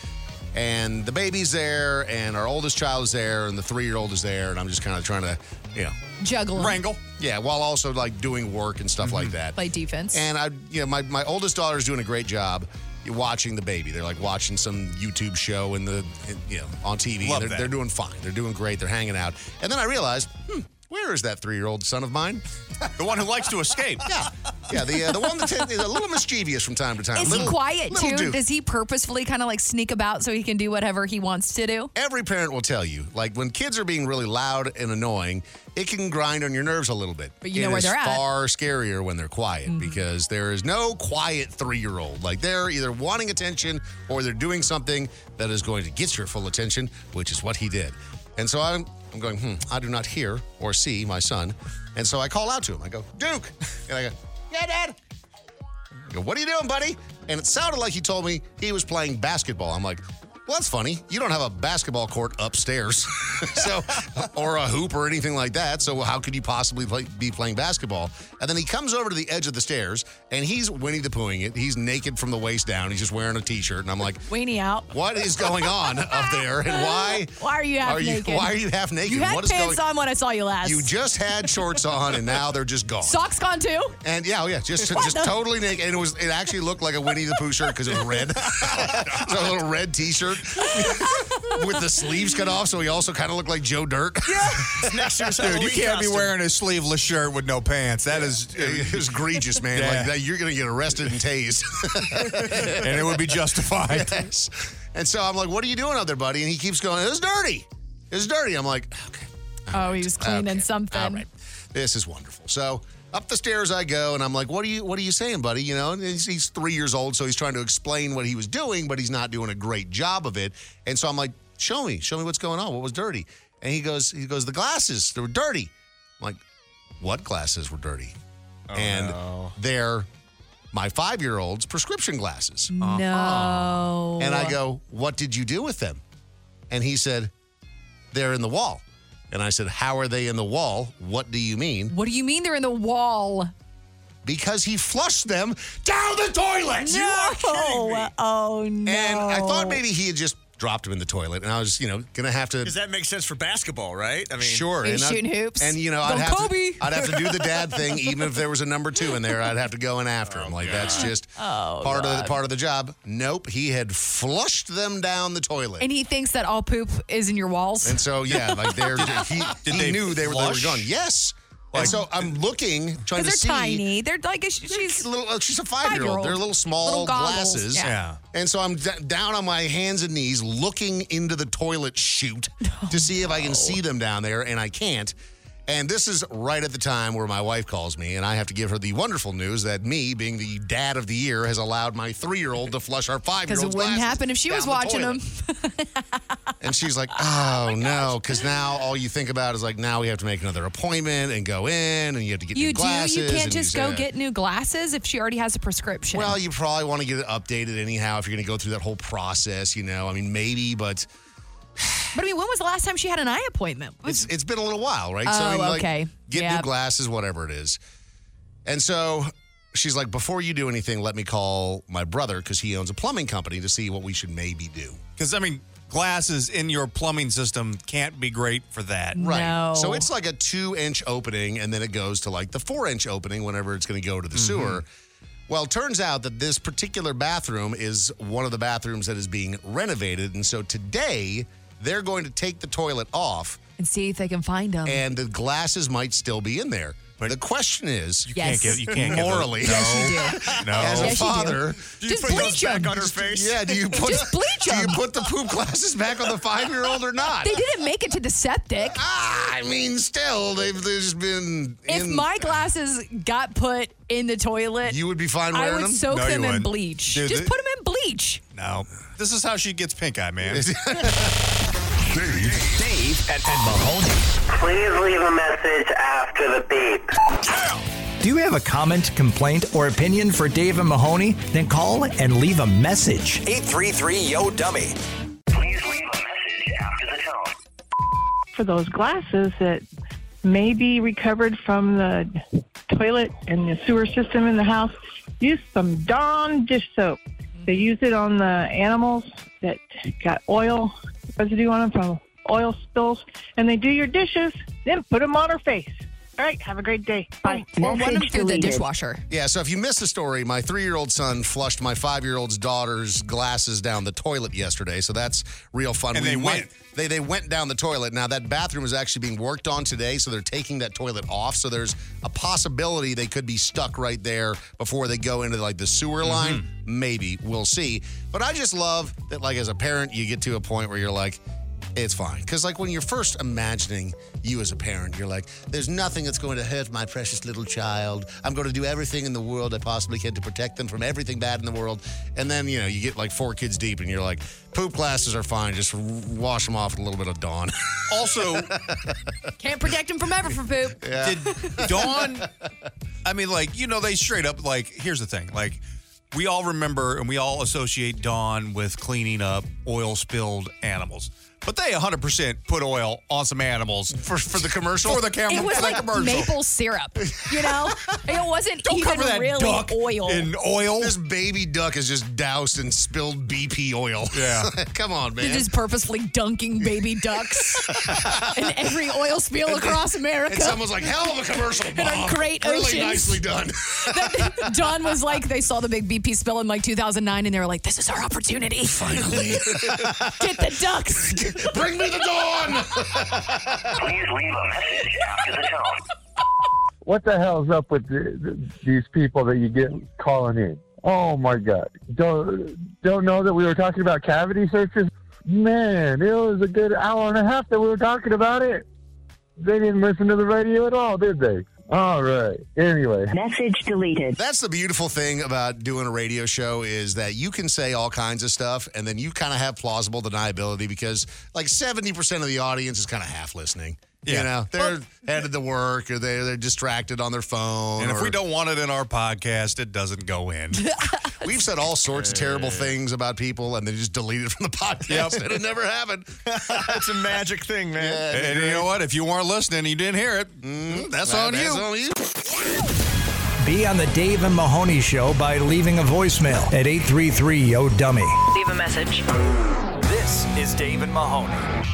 and the baby's there and our oldest child is there and the three year old is there. And I'm just kind of trying to, you know, Juggling. wrangle. Yeah, while also like doing work and stuff like that. Play defense. And I, you know, my, my oldest daughter's doing a great job watching the baby. They're like watching some YouTube show in the, in- you know, on TV. Love they're, that. they're doing fine. They're doing great. They're hanging out. And then I realized, hmm, where is that three year old son of mine? the one who likes to escape. Yeah. Yeah. The, uh, the one that is a little mischievous from time to time. Is Little- he quiet little too? dude. Does he purposefully kind of like sneak about so he can do whatever he wants to do? Every parent will tell you, like when kids are being really loud and annoying, it can grind on your nerves a little bit. But you know It where is they're at. Mm-hmm. far scarier when they're quiet because there is no quiet three-year-old. Like they're either wanting attention or they're doing something that is going to get your full attention, which is what he did. And so I'm, I'm going, hmm, I do not hear or see my son. And so I call out to him. I go, Duke. And I go, yeah, Dad. I go, what are you doing, buddy? And it sounded like he told me he was playing basketball. I'm like, well, that's funny. You don't have a basketball court upstairs, so or a hoop or anything like that. So how could you possibly play, be playing basketball? And then he comes over to the edge of the stairs, and he's Winnie the Poohing it. He's naked from the waist down. He's just wearing a t-shirt, and I'm like, Weenie out. what is going on up there, and why? Why are you half are you- naked? why are you half naked? You had What is pants going- on when I saw you last. You just had shorts on, and now they're just gone. Socks gone too? And yeah, oh yeah, just What just the- totally naked. And it was it actually looked like a Winnie the Pooh shirt because it was red. so a little red T-shirt with the sleeves cut off, so he also kind of looked like Joe Dirt. Yeah, next year's Dude, you can't be wearing a sleeveless shirt with no pants. That is uh, It was egregious, man. Yeah. Like that, you're gonna get arrested and tased, And it would be justified. Yes. And so I'm like, "What are you doing out there, buddy?" And he keeps going, "It was dirty. It was dirty." I'm like, Oh, he was cleaning something. Uh-huh. All right. This is wonderful. So up the stairs I go, and I'm like, "What are you? What are you saying, buddy? You know?" And he's, he's three years old, so he's trying to explain what he was doing, but he's not doing a great job of it. And so I'm like, "Show me, show me what's going on. What was dirty?" And he goes, "He goes, the glasses. They were dirty." I'm like, "What glasses were dirty?" and they're my five year old's prescription glasses. No. Uh-huh. And I go, What did you do with them? And he said, They're in the wall. And I said, How are they in the wall? What do you mean? What do you mean they're in the wall? Because he flushed them down the toilet. No. Oh no. And I thought maybe he had just dropped them in the toilet. And I was, you know, going to have to. Does that make sense for basketball, right? I mean, Sure, He's and I- shooting hoops. and you know, Go I'd have, Kobe. To, I'd have to do the dad thing, even if there was a number two in there. I'd have to go in after him. Like that's just Oh, part of the, part of the job. Nope, he had flushed them down the toilet. And he thinks that all poop is in your walls. And so yeah, like they're he, did he they knew they were, they were flush? gone. Yes. Like- and so I'm looking, trying Because to they're see. tiny. They're like a, she's Little, uh, she's a five-year-old. Five-year-old. They're little small Little goggles. glasses. Yeah. Yeah. And so I'm d- down on my hands and knees, looking into the toilet chute to see if I can see them down there, and I can't. And this is right at the time where my wife calls me, and I have to give her the wonderful news that me, being the dad of the year, has allowed my three-year-old to flush our because five-year-old's it wouldn't glasses happen if she down was the watching toilet. him. And she's like, oh, no, because now all you think about is like, now we have to make another appointment and go in and you have to get You new do. glasses. You can't and just you go say- get new glasses if she already has a prescription. Well, you probably want to get it updated anyhow if you're going to go through that whole process, you know. I mean, maybe, but but I mean, when was the last time she had an eye appointment? it's it's been a little while, right? I Oh, mean, like, okay. get Yeah. new glasses, whatever it is. And so she's like, before you do anything, let me call my brother because he owns a plumbing company to see what we should maybe do. Because I mean, glasses in your plumbing system can't be great for that. Right. No. So it's like a Mm-hmm. two inch opening, and then it goes to like the four inch opening whenever it's going to go to the sewer. Well, it turns out that this particular bathroom is one of the bathrooms that is being renovated. And so today, they're going to take the toilet off, and see if they can find them. and the glasses might still be in there. But the question is, you Yes. can't give- you can't give those- morally. Yes, you no, as a Yes, you do. father, Do you Just put those bleach 'em. back on her face? Yeah, do you put Just bleach do you 'em. put the poop glasses back on the five year old or not? They didn't make it to the septic. Ah, I mean, still, they've, they've just been. If in, my glasses got put in the toilet, you would be fine I wearing would them. soak them in bleach. Dude, Just the- put them in bleach. No. This is how she gets pink eye, man. Dave, Dave and, and Mahoney. Please leave a message after the beep. Do you have a comment, complaint, or opinion for Dave and Mahoney? Then call and leave a message. 833 Yo Dummy. for those glasses that may be recovered from the toilet and the sewer system in the house, use some Dawn dish soap. They use it on the animals that got oil residue on them from oil spills, and they do your dishes, then put them on her face. All right, have a great day. Bye. Yeah, so if you missed the story, my three year old son flushed my five year old's daughter's glasses down the toilet yesterday. So that's real fun. And they went. They, they went down the toilet. Now, that bathroom is actually being worked on today, so they're taking that toilet off. So there's a possibility they could be stuck right there before they go into like the sewer Mm-hmm. line. Maybe. We'll see. But I just love that, like, as a parent, you get to a point where you're like, it's fine. Because, like, when you're first imagining you as a parent, you're like, there's nothing that's going to hurt my precious little child. I'm going to do everything in the world I possibly can to protect them from everything bad in the world. And then, you know, you get like four kids deep and you're like, poop glasses are fine. Just r- wash them off with a little bit of Dawn. Also, Can't protect them from ever for poop. Did Dawn? I mean, like you know, they straight up like. Here's the thing, like. We all remember and we all associate Dawn with cleaning up oil spilled animals. But they 100% put oil on some animals for, for the commercial. For the camera. It was for the like commercial. maple syrup, you know? It wasn't even really oil. oil. This baby duck is just doused in spilled BP oil. Yeah. Come on, man. They're just purposefully dunking baby ducks in every oil spill across America. It's almost like hell of a commercial. In our Mom. great really oceans. nicely done. That- Don was like, they saw the big BP spill in like 2009, and they were like, "This is our opportunity. Finally, get the ducks. Bring me the dawn." Please leave a message after the tone. what the hell's up with the, the, these people that you get calling in? Oh my God! Don't don't know that we were talking about cavity searches. Man, it was a good hour and a half that we were talking about it. They didn't listen to the radio at all, did they? All right. Anyway, Message deleted. That's the beautiful thing about doing a radio show is that you can say all kinds of stuff and then you kind of have plausible deniability because like 70% of the audience is kind of half listening. You Yeah. know, they're headed to work or they're, they're distracted on their phone. And if or- we don't want it in our podcast, it doesn't go in. We've said all sorts of terrible things about people and they just delete it from the podcast. Yep. And it never happened. That's a magic thing, man. Yeah, and you know what? If you weren't listening, you didn't hear it. mm, that's Well, on Mm-hmm. that's you. on you. Be on the Dave and Mahoney Show by leaving a voicemail at 833 Yo Dummy. Leave a message. This is Dave and Mahoney.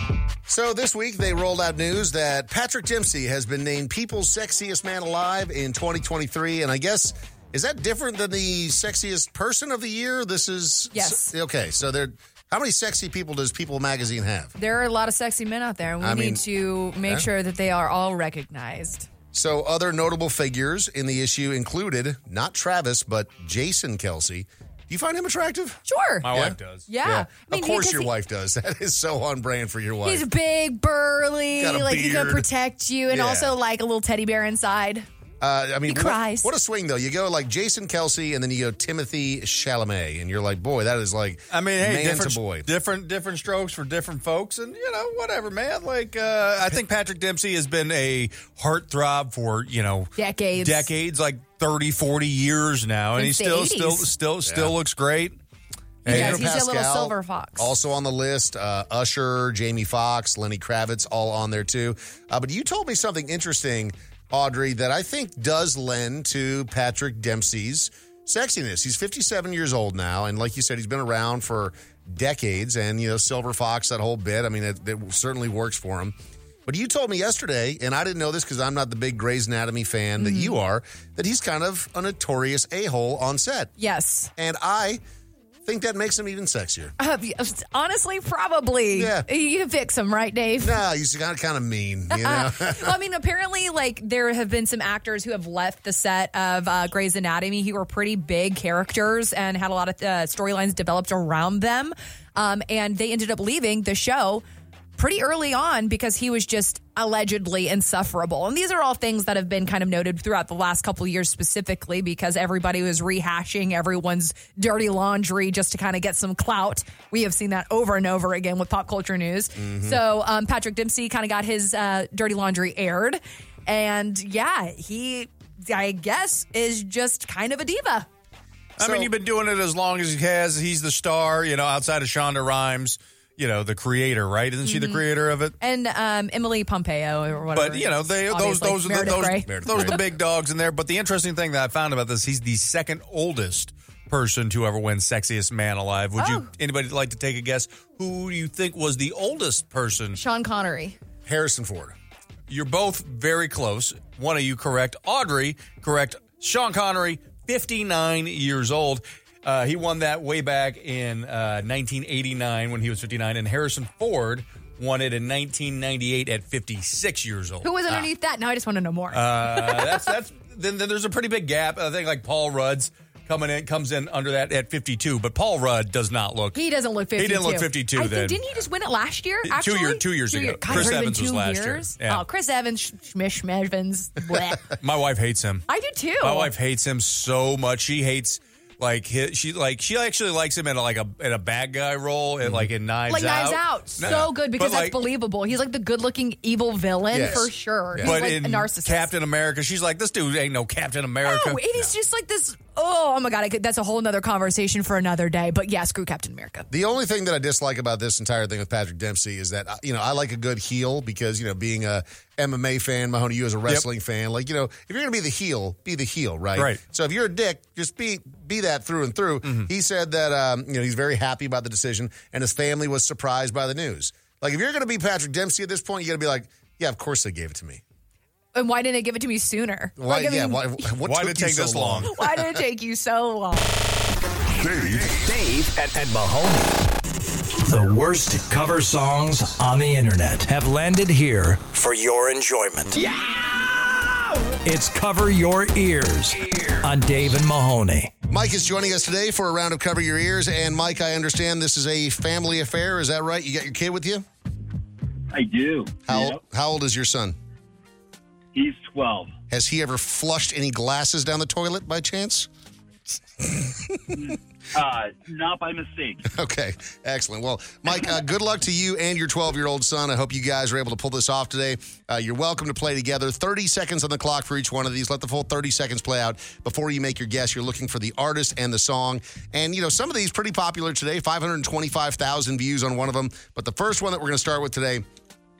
So this week they rolled out news that Patrick Dempsey has been named People's Sexiest Man Alive in 2023, and I guess is that different than the Sexiest Person of the Year? This is Yes. so- okay, so there. How many sexy people does People Magazine have? There are a lot of sexy men out there, and we I need mean, to make yeah. sure that they are all recognized. So other notable figures in the issue included not Travis but Jason Kelsey. Do you find him attractive? Sure, My wife Oh, does. Yeah, I mean, of course because your he- wife does. That is so on brand for your wife. He's big, burly, Got a like he's gonna beard. protect you, and Yeah. also like a little teddy bear inside. Uh, I He mean, what, cries. what a swing though! You go like Jason Kelsey, and then you go Timothy Chalamet, and you're like, boy, that is like I mean, hey, man different, to boy. different different strokes for different folks, and you know, whatever, man. Like, uh, I think Patrick Dempsey has been a heartthrob for you know Decades. decades, like 30, 40 years now, and he Since the still, still, 80s. still, still Yeah. looks great. He Pedro does. He's a little Pascal, silver fox. Also on the list, uh, Usher, Jamie Foxx, Lenny Kravitz, all on there too. Uh, but you told me something interesting, Audrey, that I think does lend to Patrick Dempsey's sexiness. He's 57 years old now, and like you said, he's been around for decades. And you know, Silver Fox, that whole bit. I mean, it, it certainly works for him. But you told me yesterday, and I didn't know this because I'm not the big Grey's Anatomy fan Mm-hmm. that you are, that he's kind of a notorious a hole on set. Yes. And I think that makes him even sexier. Uh, honestly, probably. Yeah. You can fix them, right, Dave? Nah, he's kind of kind of mean, you know. well, I mean, apparently, like there have been some actors who have left the set of uh, Grey's Anatomy who were pretty big characters and had a lot of uh, storylines developed around them, um, and they ended up leaving the show pretty early on because he was just allegedly insufferable. And these are all things that have been kind of noted throughout the last couple of years specifically because everybody was rehashing everyone's dirty laundry just to kind of get some clout. We have seen that over and over again with pop culture news. Mm-hmm. Mhm. So um, Patrick Dempsey kind of got his uh, dirty laundry aired. And yeah, he, I guess, is just kind of a diva. I mean, you've been doing it as long as he has. He's the star, you know, outside of Shonda Rhimes, you know, the creator, right? Isn't she the Mhm. creator of it? And um, Emily Pompeo or whatever. But you know, they those Obviously, those are the, Meredith those, Grey. those are the big dogs in there. But the interesting thing that I found about this, he's the second oldest person to ever win sexiest man alive. Would Oh. you anybody like to take a guess who do you think was the oldest person? Sean Connery. Harrison Ford. You're both very close. One of you correct. Audrey correct. Sean Connery, 59 years old. Uh, he won that way back in uh, 1989 when he was 59, and Harrison Ford won it in 1998 at 56 years old. Who was Ah. underneath that? Now I just want to know more. Uh, that's that's then, then there's a pretty big gap. I think like Paul Rudd's coming in comes in under that at 52, but Paul Rudd does not look. He doesn't look 52. He didn't look 52 I think- then. didn't he just win it last year? Two Actually? year- two years ago. God, Chris it's already Evans been was two last year. years? Yeah. Oh, Chris Evans, Schmish Evans. bleh. My wife hates him. I do too. My wife hates him so much. She hates like hi she like she actually likes him in a, like a in a bad guy role and like in Knives like Out. Knives Out, No. so good because But, like, that's believable. He's like the good-looking evil villain Yes. for sure. He's But like in a narcissist. Captain America, she's like this dude ain't no Captain America. No, and he's just like this. Oh, oh my god, I could, that's a whole nother conversation for another day. But yeah, screw Captain America. The only thing that I dislike about this entire thing with Patrick Dempsey is that uh, you know I like a good heel because you know being a MMA fan, Mahoney, you as a wrestling fan, like you know if you're gonna be the heel, be the heel, right? Right. Mm-hmm. So if you're a dick, just be be that through and through. He said that um, you know he's very happy about the decision, and his family was surprised by the news. Like if you're gonna be Patrick Dempsey at this point, you gotta be like, yeah, of course they gave it to me. And why didn't it give it to me sooner? Why? Like, I yeah. mean, Why, what Why took did it you take so this long? why did it take you so long? Dave, Dave, and, and Mahoney. The worst cover songs on the internet have landed here for your enjoyment. Yeah! It's Cover Your Ears on Dave and Mahoney. Mike is joining us today for a round of Cover Your Ears. And Mike, I understand this is a family affair. Is that right? You got your kid with you? I do. How, how old is your son? He's 12. Has he ever flushed any glasses down the toilet by chance? Uh, not by mistake. Okay, excellent. Well, Mike, uh, good luck to you and your 12 year old son. I hope you guys are able to pull this off today. Uh, you're welcome to play together. 30 seconds on the clock for each one of these. Let the full 30 seconds play out before you make your guess. You're looking for the artist and the song. And, you know, some of these pretty popular today 525,000 views on one of them. But the first one that we're going to start with today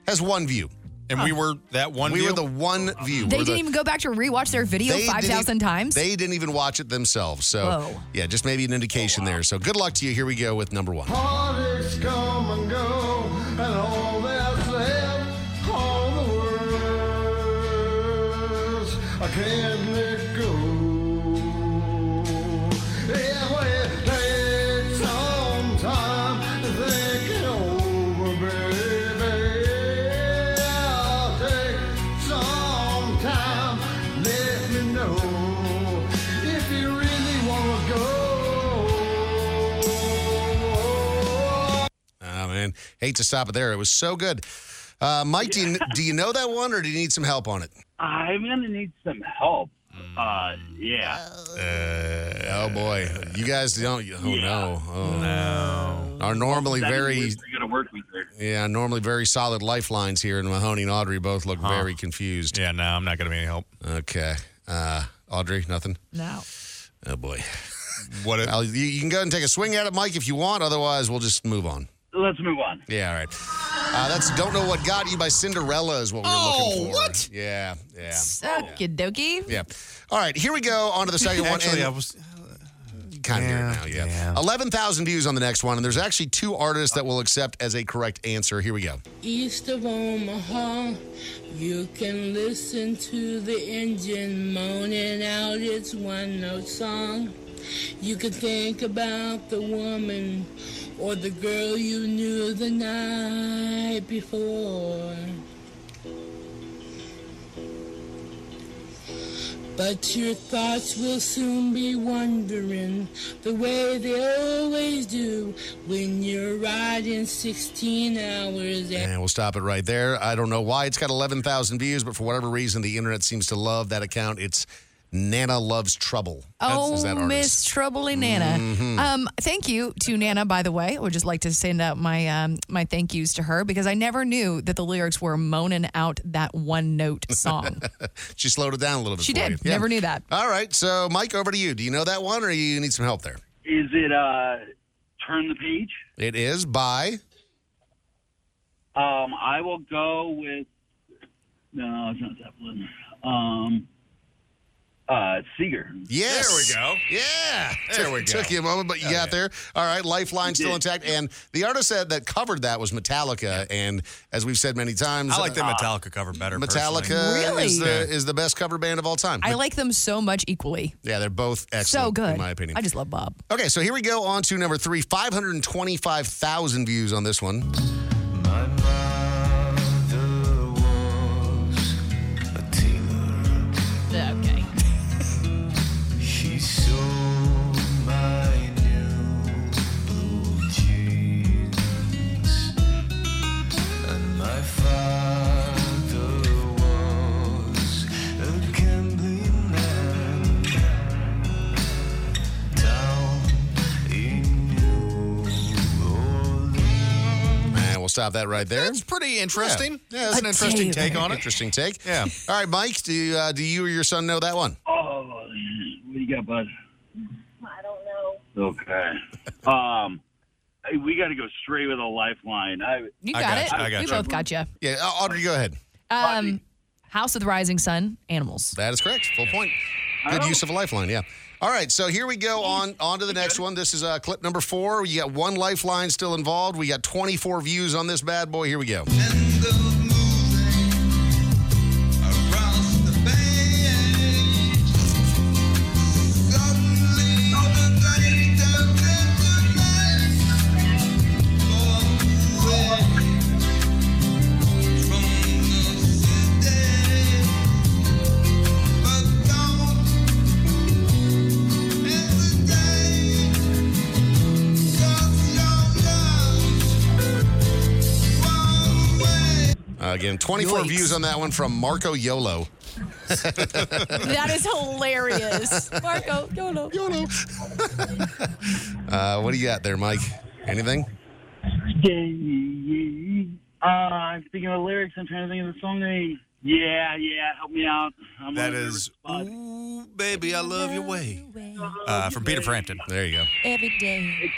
has one view. And we were that one we view? were the one view. They We're the- didn't even go back to rewatch their video they five didn't- e- e- thousand times. They didn't even watch it themselves. So, Whoa. yeah, just maybe an indication there. So, good luck to you. Here we go with number one. Oh, Heartaches come and go, and all that's left, all the words I can't let go. It will take some time to think it over, baby. I'll take some time, let me know if you really want to go. Oh man, hate to stop it there. It was so good. Uh, Mike, do you do you know that one, or do you need some help on it? I'm going to need some help. Uh, yeah. Uh, oh boy, you guys don't. Oh no, oh no. Are normally That is very worse. You gotta work with her. yeah, normally very solid lifelines here, and Mahoney and Audrey both look very confused. Yeah, no, I'm not going to be any help. Okay, uh, Audrey, nothing. No. Oh boy, what? you, you can go and take a swing at it, Mike, if you want. Otherwise, we'll just move on. Let's move on. Yeah, all right. Uh, that's "Don't Know What Got You" by Cinderella is what we were looking for. what? Yeah, yeah. Okie dokie. Yeah. All right, here we go on to the second one. Actually, And I was kind of here now, uh, yeah. 11,000 views on the next one, and there's actually two artists that will accept as a correct answer. Here we go. East of Omaha, you can listen to the engine moaning out its one note song. You can think about the woman or the girl you knew the night before. But your thoughts will soon be wandering the way they always do when you're riding 16 hours. And we'll stop it right there. I don't know why it's got 11,000 views, but for whatever reason, the internet seems to love that account. It's Nana Loves Trouble. Oh, That's- is that artist. Miss Troubling Nana. Mhm. Um, thank you to Nana, by the way. I would just like to send out my um, my thank yous to her because I never knew that the lyrics were moaning out that one note song. She slowed it down a little bit. she for you. did. Yeah. Never knew that. All right, so Mike, over to you. Do you know that one, or you need some help there? Is it uh, Turn the Page? It is by. Um, I will go with. No, it's not Zeppelin. Um, uh, Seeger. Yes. There we go. Yeah. There we It go. Took you a moment, but you Oh, got there. All right, lifeline still did. intact. And the artist that, that covered that was Metallica. And as we've said many times, I like the uh, Metallica cover better. Metallica personally. is, the, Yeah. is the best cover band of all time. I like them so much equally. yeah, they're both excellent, so good. in my opinion. I just love Bob. Okay, so here we go on to number three 525,000 views on this one. Okay. She sold my new blue jeans, and my father was a gambling man down in New Orleans. And we'll stop that right there. It's pretty interesting. Yeah, that's an A interesting table. take on it. Interesting take. Yeah. All right, Mike, do you, uh, do you or your son know that one? Oh, what do you got, bud? I don't know. Okay. Um, hey, we got to go straight with a lifeline. I, You got, it. we both got you. Yeah, uh, Audrey, go ahead. Um, House of the Rising Sun, Animals. That is correct. Full point. Good use of a lifeline. Yeah. All right. So here we go on on to the next one. This is uh, clip number four. You got one lifeline still involved. We got 24 views on this bad boy. Here we go. Uh, again, 24 views on that one from Marco Yolo. that is hilarious. Marco, YOLO. YOLO. Uh, what do you got there, Mike? Anything? Uh, I'm thinking of the lyrics. I'm trying to think of the song. Name. Yeah, yeah. Help me out. I'm That on the is, spot. ooh, baby, I love your way. Uh, from Peter Frampton. There you go. Every day.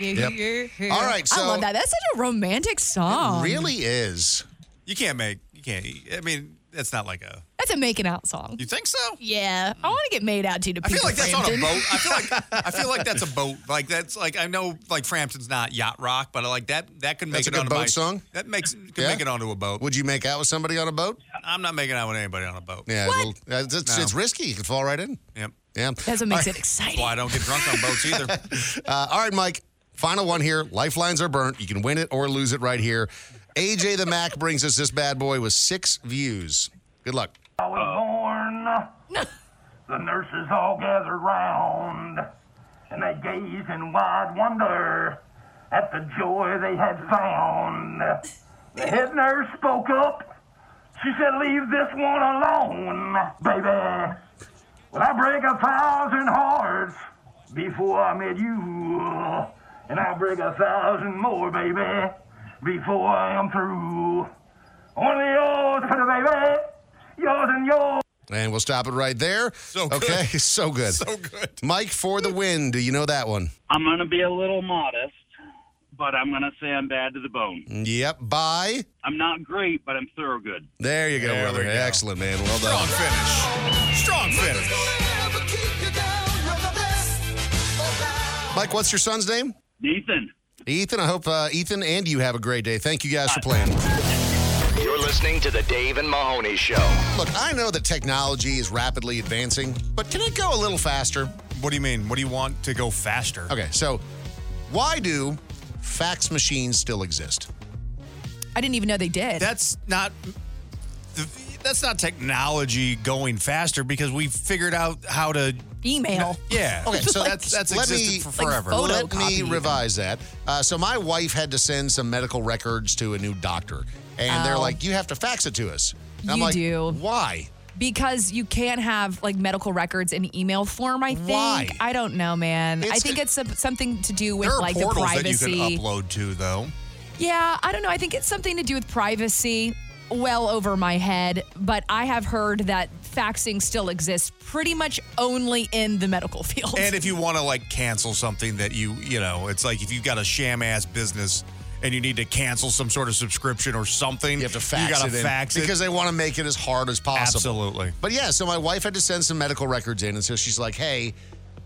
Yep. All right, I so- love that. That's such a romantic song. is. You can't make. You can't. I mean, that's not like a. That's a making out song. You think so? Yeah. I want to get made out to. to I feel Peter like that's Frampton. on a boat. I feel like I feel like that's a boat. Like that's like I know like Frampton's not yacht rock, but I like that that could make That's a it good onto boat my- song? That makes could make it onto a boat. Would you make out with somebody on a boat? I'm not making out with anybody on a boat. Yeah. well, uh, it's, it's- No. it's risky. You could fall right in. Yep. Yeah. That's what makes it exciting. That's why I don't get drunk on boats either. Uh, all right, Mike. Final one here. Lifelines are burnt. You can win it or lose it right here. AJ the Mac brings us this bad boy with six views. Good luck. I was born. The nurses all gathered round, and they gazed in wide wonder at the joy they had found. The head nurse spoke up. She said, Leave this one alone, baby. Well, I break a thousand hearts before I met you, and I break a thousand more, baby, before I am through. Only yours for the baby, yours and yours. And we'll stop it right there. So good. Okay, so good. So good. Mike for the win. Do you know that one? I'm gonna be a little modest, but I'm gonna say I'm bad to the bone. Yep. Bye. I'm not great, but I'm thorough good. There you go, There brother. we go. Excellent, man. Well Strong done. finish. Strong finish. Mike, what's your son's name? Ethan. Ethan, I hope uh, Ethan and you have a great day. Thank you guys for playing. You're listening to the Dave and Mahoney Show. Look, I know that technology is rapidly advancing, but can it go a little faster? What do you mean? What do you want to go faster? Okay, so why do fax machines still exist? I didn't even know they did. That's not the- that's not technology going faster because we figured out how to email. Yeah. Okay, so Like, that's that's that's let existed me, for forever. Like let photocopy me even. revise that. Uh, so my wife had to send some medical records to a new doctor, and they're Oh. like, "You have to fax it to us." And I'm You like, do. Why? Because you can't have like medical records in email form, I think. Why? I don't know, man. I It's- think it's some- something to do with there are like the portals that privacy. you can upload to, though. Yeah, I don't know. I think it's something to do with privacy. Well over my head, but I have heard that faxing still exists pretty much only in the medical field. And if you want to like cancel something that you, you know, it's like if you've got a sham ass business and you need to cancel some sort of subscription or something, you have to Fax you gotta it in fax it because they want to make it as hard as possible. Absolutely. But yeah, so my wife had to send some medical records in, and so she's like, "Hey,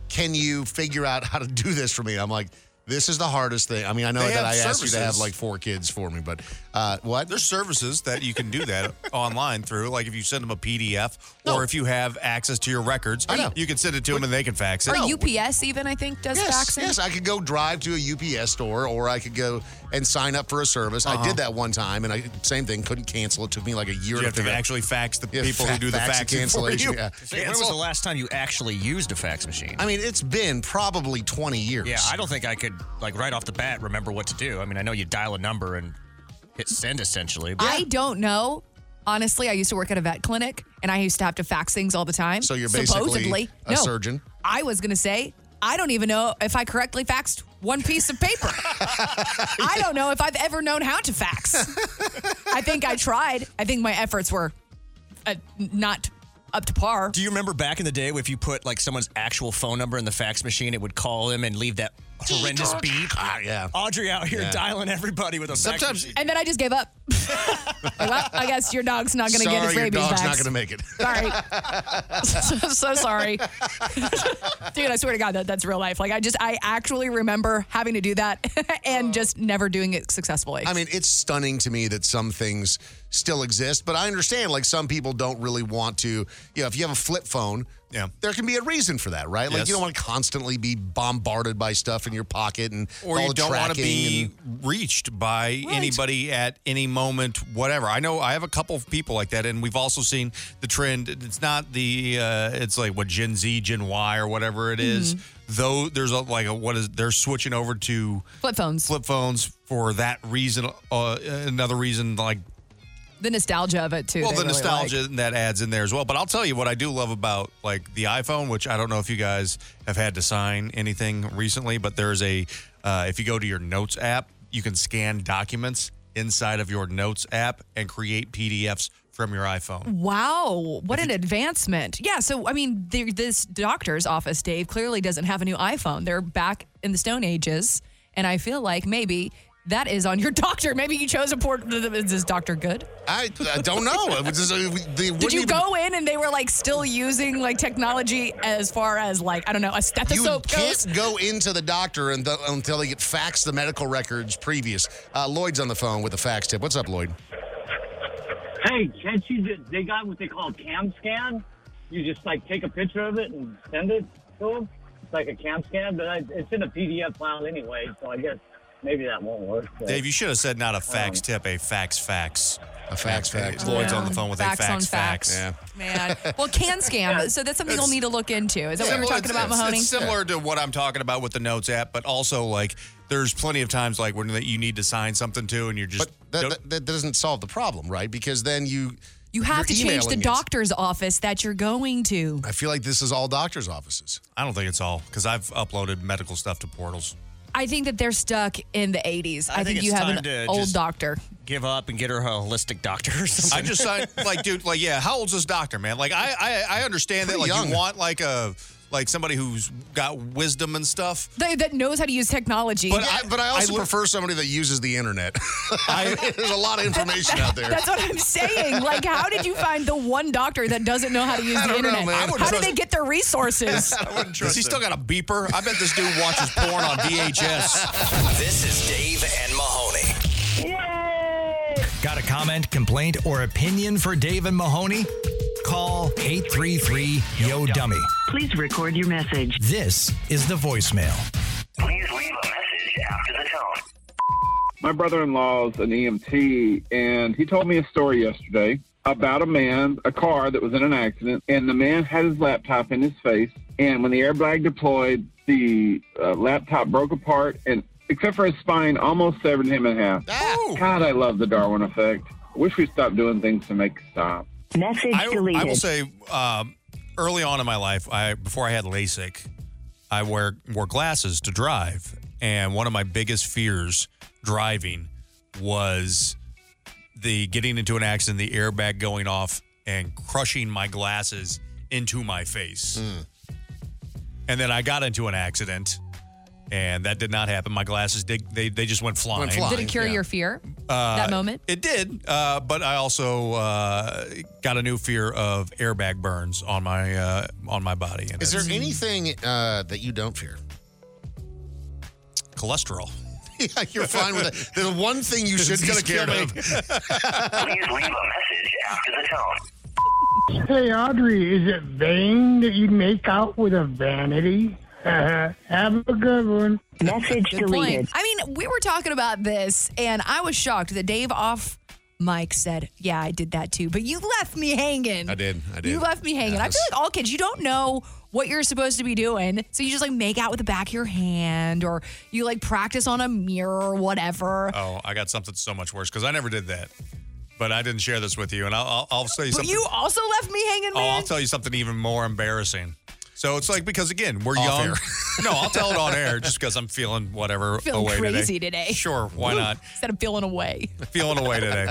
can you figure out how to do this for me?" I'm like. This is the hardest thing. I mean, I know They that have I asked you to have services. like four kids for me, but uh, what? There's services that you can do that online through, like if you send them a PDF or if you have access to your records, you can send it to them and they can fax it. or UPS, even, I think, does Yes, faxing. yes, I could go drive to a UPS store, or I could go and sign up for a service. I did that one time, and I same thing couldn't cancel. It took me like a year. You have to figure out- actually fax the Yeah, people fa- who do the fax faxing and cancellation, For you. yeah. Say, when was the last time you actually used a fax machine? I mean, it's been probably twenty years. Yeah, I don't think I could like right off the bat remember what to do. I mean, I know you dial a number and hit send essentially. But I don't know. Honestly, I used to work at a vet clinic and I used to have to fax things all the time. So you're basically Supposedly. a no, surgeon. I was going to say, I don't even know if I correctly faxed one piece of paper. I don't know if I've ever known how to fax. I think I tried. I think my efforts were uh, not up to par. do you remember back in the day if you put like someone's actual phone number in the fax machine, it would call them and leave that horrendous beep? Ah, yeah. Audrey out here Yeah. dialing everybody with a Sometimes- fax machine. And then I just gave up. Like, well, I guess your dog's not going to get Sorry, his your rabies dog's vaxxed. not going to make it. Sorry. so, so sorry. Dude, I swear to God, that, that's real life. Like, I just, I actually remember having to do that Uh. and just never doing it successfully. I mean, it's stunning to me that some things still exist, but I understand like some people don't really want to. You know, if you have a flip phone, yeah, there can be a reason for that, right? Like Yes. you don't want to constantly be bombarded by stuff in your pocket and or all you the don't want to tracking be and- reached by anybody at any moment, whatever. I know I have a couple of people like that, and we've also seen the trend. It's not the uh, it's like what Gen Z, Gen Y, or whatever it is. Mhm. Mm-hmm. Though there's a, like a, what is they're switching over to flip phones. flip phones for that reason. Uh, another reason like the nostalgia of it, too. well, they the really nostalgia like. that adds in there as well. But I'll tell you what I do love about like the iPhone, which I don't know if you guys have had to sign anything recently, but there's a uh, if you go to your Notes app, you can scan documents inside of your Notes app and create PDFs from your iPhone. Wow, what an advancement. Yeah, so I mean, there- this doctor's office, Dave, clearly doesn't have a new iPhone. They're back in the Stone Ages, and I feel like maybe that is on your doctor. Maybe you chose a port. Is this doctor good? I, I don't know. It was just, uh, we- they wouldn't Did you even- go in and they were like still using like technology as far as like I don't know a You stethoscope goes? can't go into the doctor and th- until they get faxed the medical records previous. Uh, Lloyd's on the phone with a fax tip. What's up, Lloyd? Hey, can't you? They got what they call cam scan. You just like take a picture of it and send it to them. It's like a cam scan, but I, it's in a PDF file anyway, so I guess maybe that won't work. but- Dave, you should have said not a fax tip, a fax fax. A fax fax. Lloyd's Oh. Yeah. on the phone with Fax a on fax fax. fax. Man, well, can scam. So that's something you'll need to look into. Is that what we were Similar- talking about, it's- Mahoney? It's similar to what I'm talking about with the notes app, but also like there's plenty of times like when you need to sign something to, and you're just That, that, that doesn't solve the problem, right? Because then you You have to you're change the emailing it. doctor's office that you're going to. I feel like this is all doctors' offices. I don't think it's all because I've uploaded medical stuff to portals. I think that they're stuck in the 80s. I, I think, think you it's have time an to old just- doctor. Give up and get her a holistic doctor or something. I just signed like, dude, like, yeah, how old's this doctor, man? Like, I, I, I understand Pretty that, like, young. you want like a like somebody who's got wisdom and stuff. That, that knows how to use technology. But I, but I also prefer somebody that uses the internet. I, there's a lot of information out there. That's what I'm saying. Like, how did you find the one doctor that doesn't know how to use I the don't know, internet? man. I How wouldn't do they get their resources? Does he still got a beeper? I bet this dude watches porn on VHS. This is Dave and Mahoney. Got a comment, complaint, or opinion for Dave and Mahoney? Call 833 Yo Dummy. Please record your message. This is the voicemail. Please leave a message after the tone. My brother in law's an EMT, and he told me a story yesterday about a man, a car that was in an accident, and the man had his laptop in his face. And when the airbag deployed, the uh, laptop broke apart, and except for his spine, almost severed him in half. God, I love the Darwin effect. Wish we stopped doing things to make it stop. Message I, I will say, um, early on in my life, I before I had LASIK, I wear wore glasses to drive, and one of my biggest fears driving was the getting into an accident, the airbag going off, and crushing my glasses into my face. And then I got into an accident, and that did not happen. My glasses did, they they just went flying. Did it cure your fear? Uh, that moment? It did, uh, but I also uh, got a new fear of airbag burns on my uh, on my body. And Is there it's anything uh, that you don't fear? cholesterol? yeah, you're fine with it. The one thing you should It's be gonna kill scared of. Please leave a message after the tone. Hey, Audrey, is it vain that you make out with a vanity? Have a good one. Message Good point. I mean, we were talking about this, and I was shocked that Dave off mic said, "Yeah, I did that too," but you left me hanging. I did. I did. You left me hanging. I feel like all kids, you don't know what you're supposed to be doing, so you just like make out with the back of your hand, or you like practice on a mirror or whatever. Oh, I got something so much worse because I never did that, but I didn't share this with you, and I'll I'll, I'll say but something. you also left me hanging, oh, man. I'll tell you something even more embarrassing. So it's like because again we're Off young. air. no, I'll tell it on air just because I'm feeling whatever feeling away crazy today. Sure, why not? Instead of feeling away. feeling away today.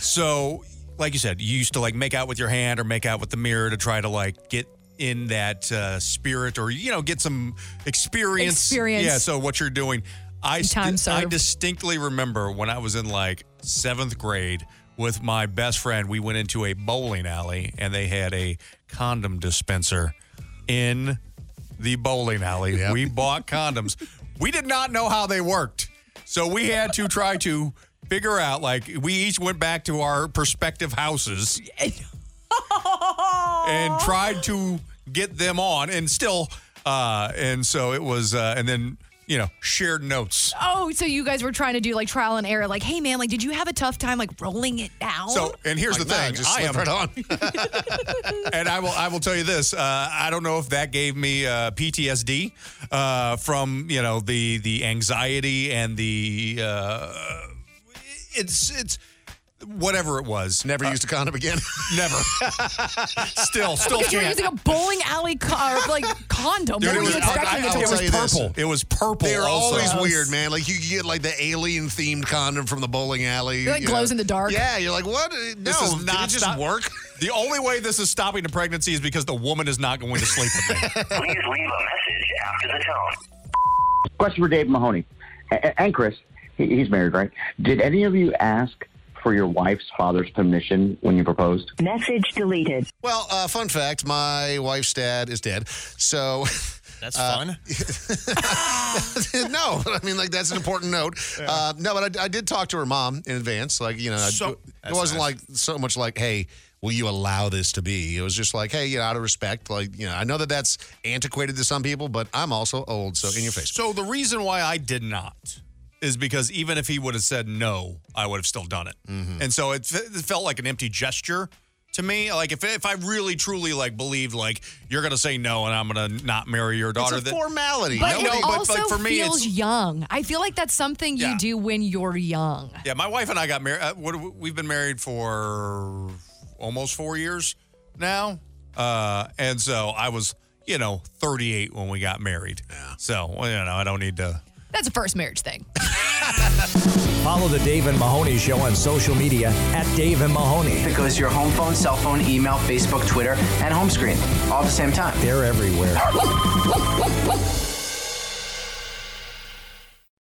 So, like you said, you used to like make out with your hand or make out with the mirror to try to like get in that uh, spirit or you know get some experience. Experience. Yeah. So what you're doing, I Time sti- I served. distinctly remember when I was in like seventh grade with my best friend. We went into a bowling alley and they had a condom dispenser in the bowling alley. We bought condoms. we did not know how they worked. So we had to try to figure out, like, we each went back to our prospective houses and tried to get them on and still, uh, and so it was, uh, and then, you know, shared notes. Oh, so you guys were trying to do like trial and error, like, hey man, like, did you have a tough time like rolling it down? So, and here's Like, the nah, thing: just I slip am right on. and I will, I will tell you this: uh, I don't know if that gave me uh, PTSD uh, from you know the the anxiety and the uh, it's it's whatever it was. Never used a condom again. Never. still, still Because you're can't. using a bowling alley co- or, like condom. Dude, what it were was- you expecting? it I- I- to I'll work? tell you this. It was purple. They're also. always weird, man. Like you could get like the alien themed condom from the bowling alley. It, like, you glows in the dark. Yeah, you're like, what? This This is is did not it just stop- work? The only way this is stopping a pregnancy is because the woman is not going to sleep with me. Please leave a message after the tone. Question for Dave Mahoney A- a- and Chris. he- He's married, right? Did any of you ask for your wife's father's permission when you proposed? Message deleted. Well, uh, fun fact: my wife's dad is dead, so That's uh, fun. no, I mean like that's an important note. Uh, no, but I, I did talk to her mom in advance. Like you know, I- So- it That's wasn't nice. like so much like, hey, will you allow this to be? It was just like, hey, you know, out of respect. Like you know, I know that that's antiquated to some people, but I'm also old, so in your face. So the reason why I did not is because even if he would have said no, I would have still done it. Mm-hmm. And so it, fe- it felt like an empty gesture to me. Like if if I really truly like believed like you're gonna say no and I'm gonna not marry your daughter, it's a then- formality. But no, it but, also but for me, feels it's young. I feel like that's something you Yeah. do when you're young. yeah. My wife and I got married. Uh, what, we've been married for almost four years now, uh, and so I was you know 38 when we got married. So well, you know I don't need to. That's a first marriage thing. Follow the Dave and Mahoney Show on social media at Dave and Mahoney. Because your home phone, cell phone, email, Facebook, Twitter, and home screen all at the same time. They're everywhere.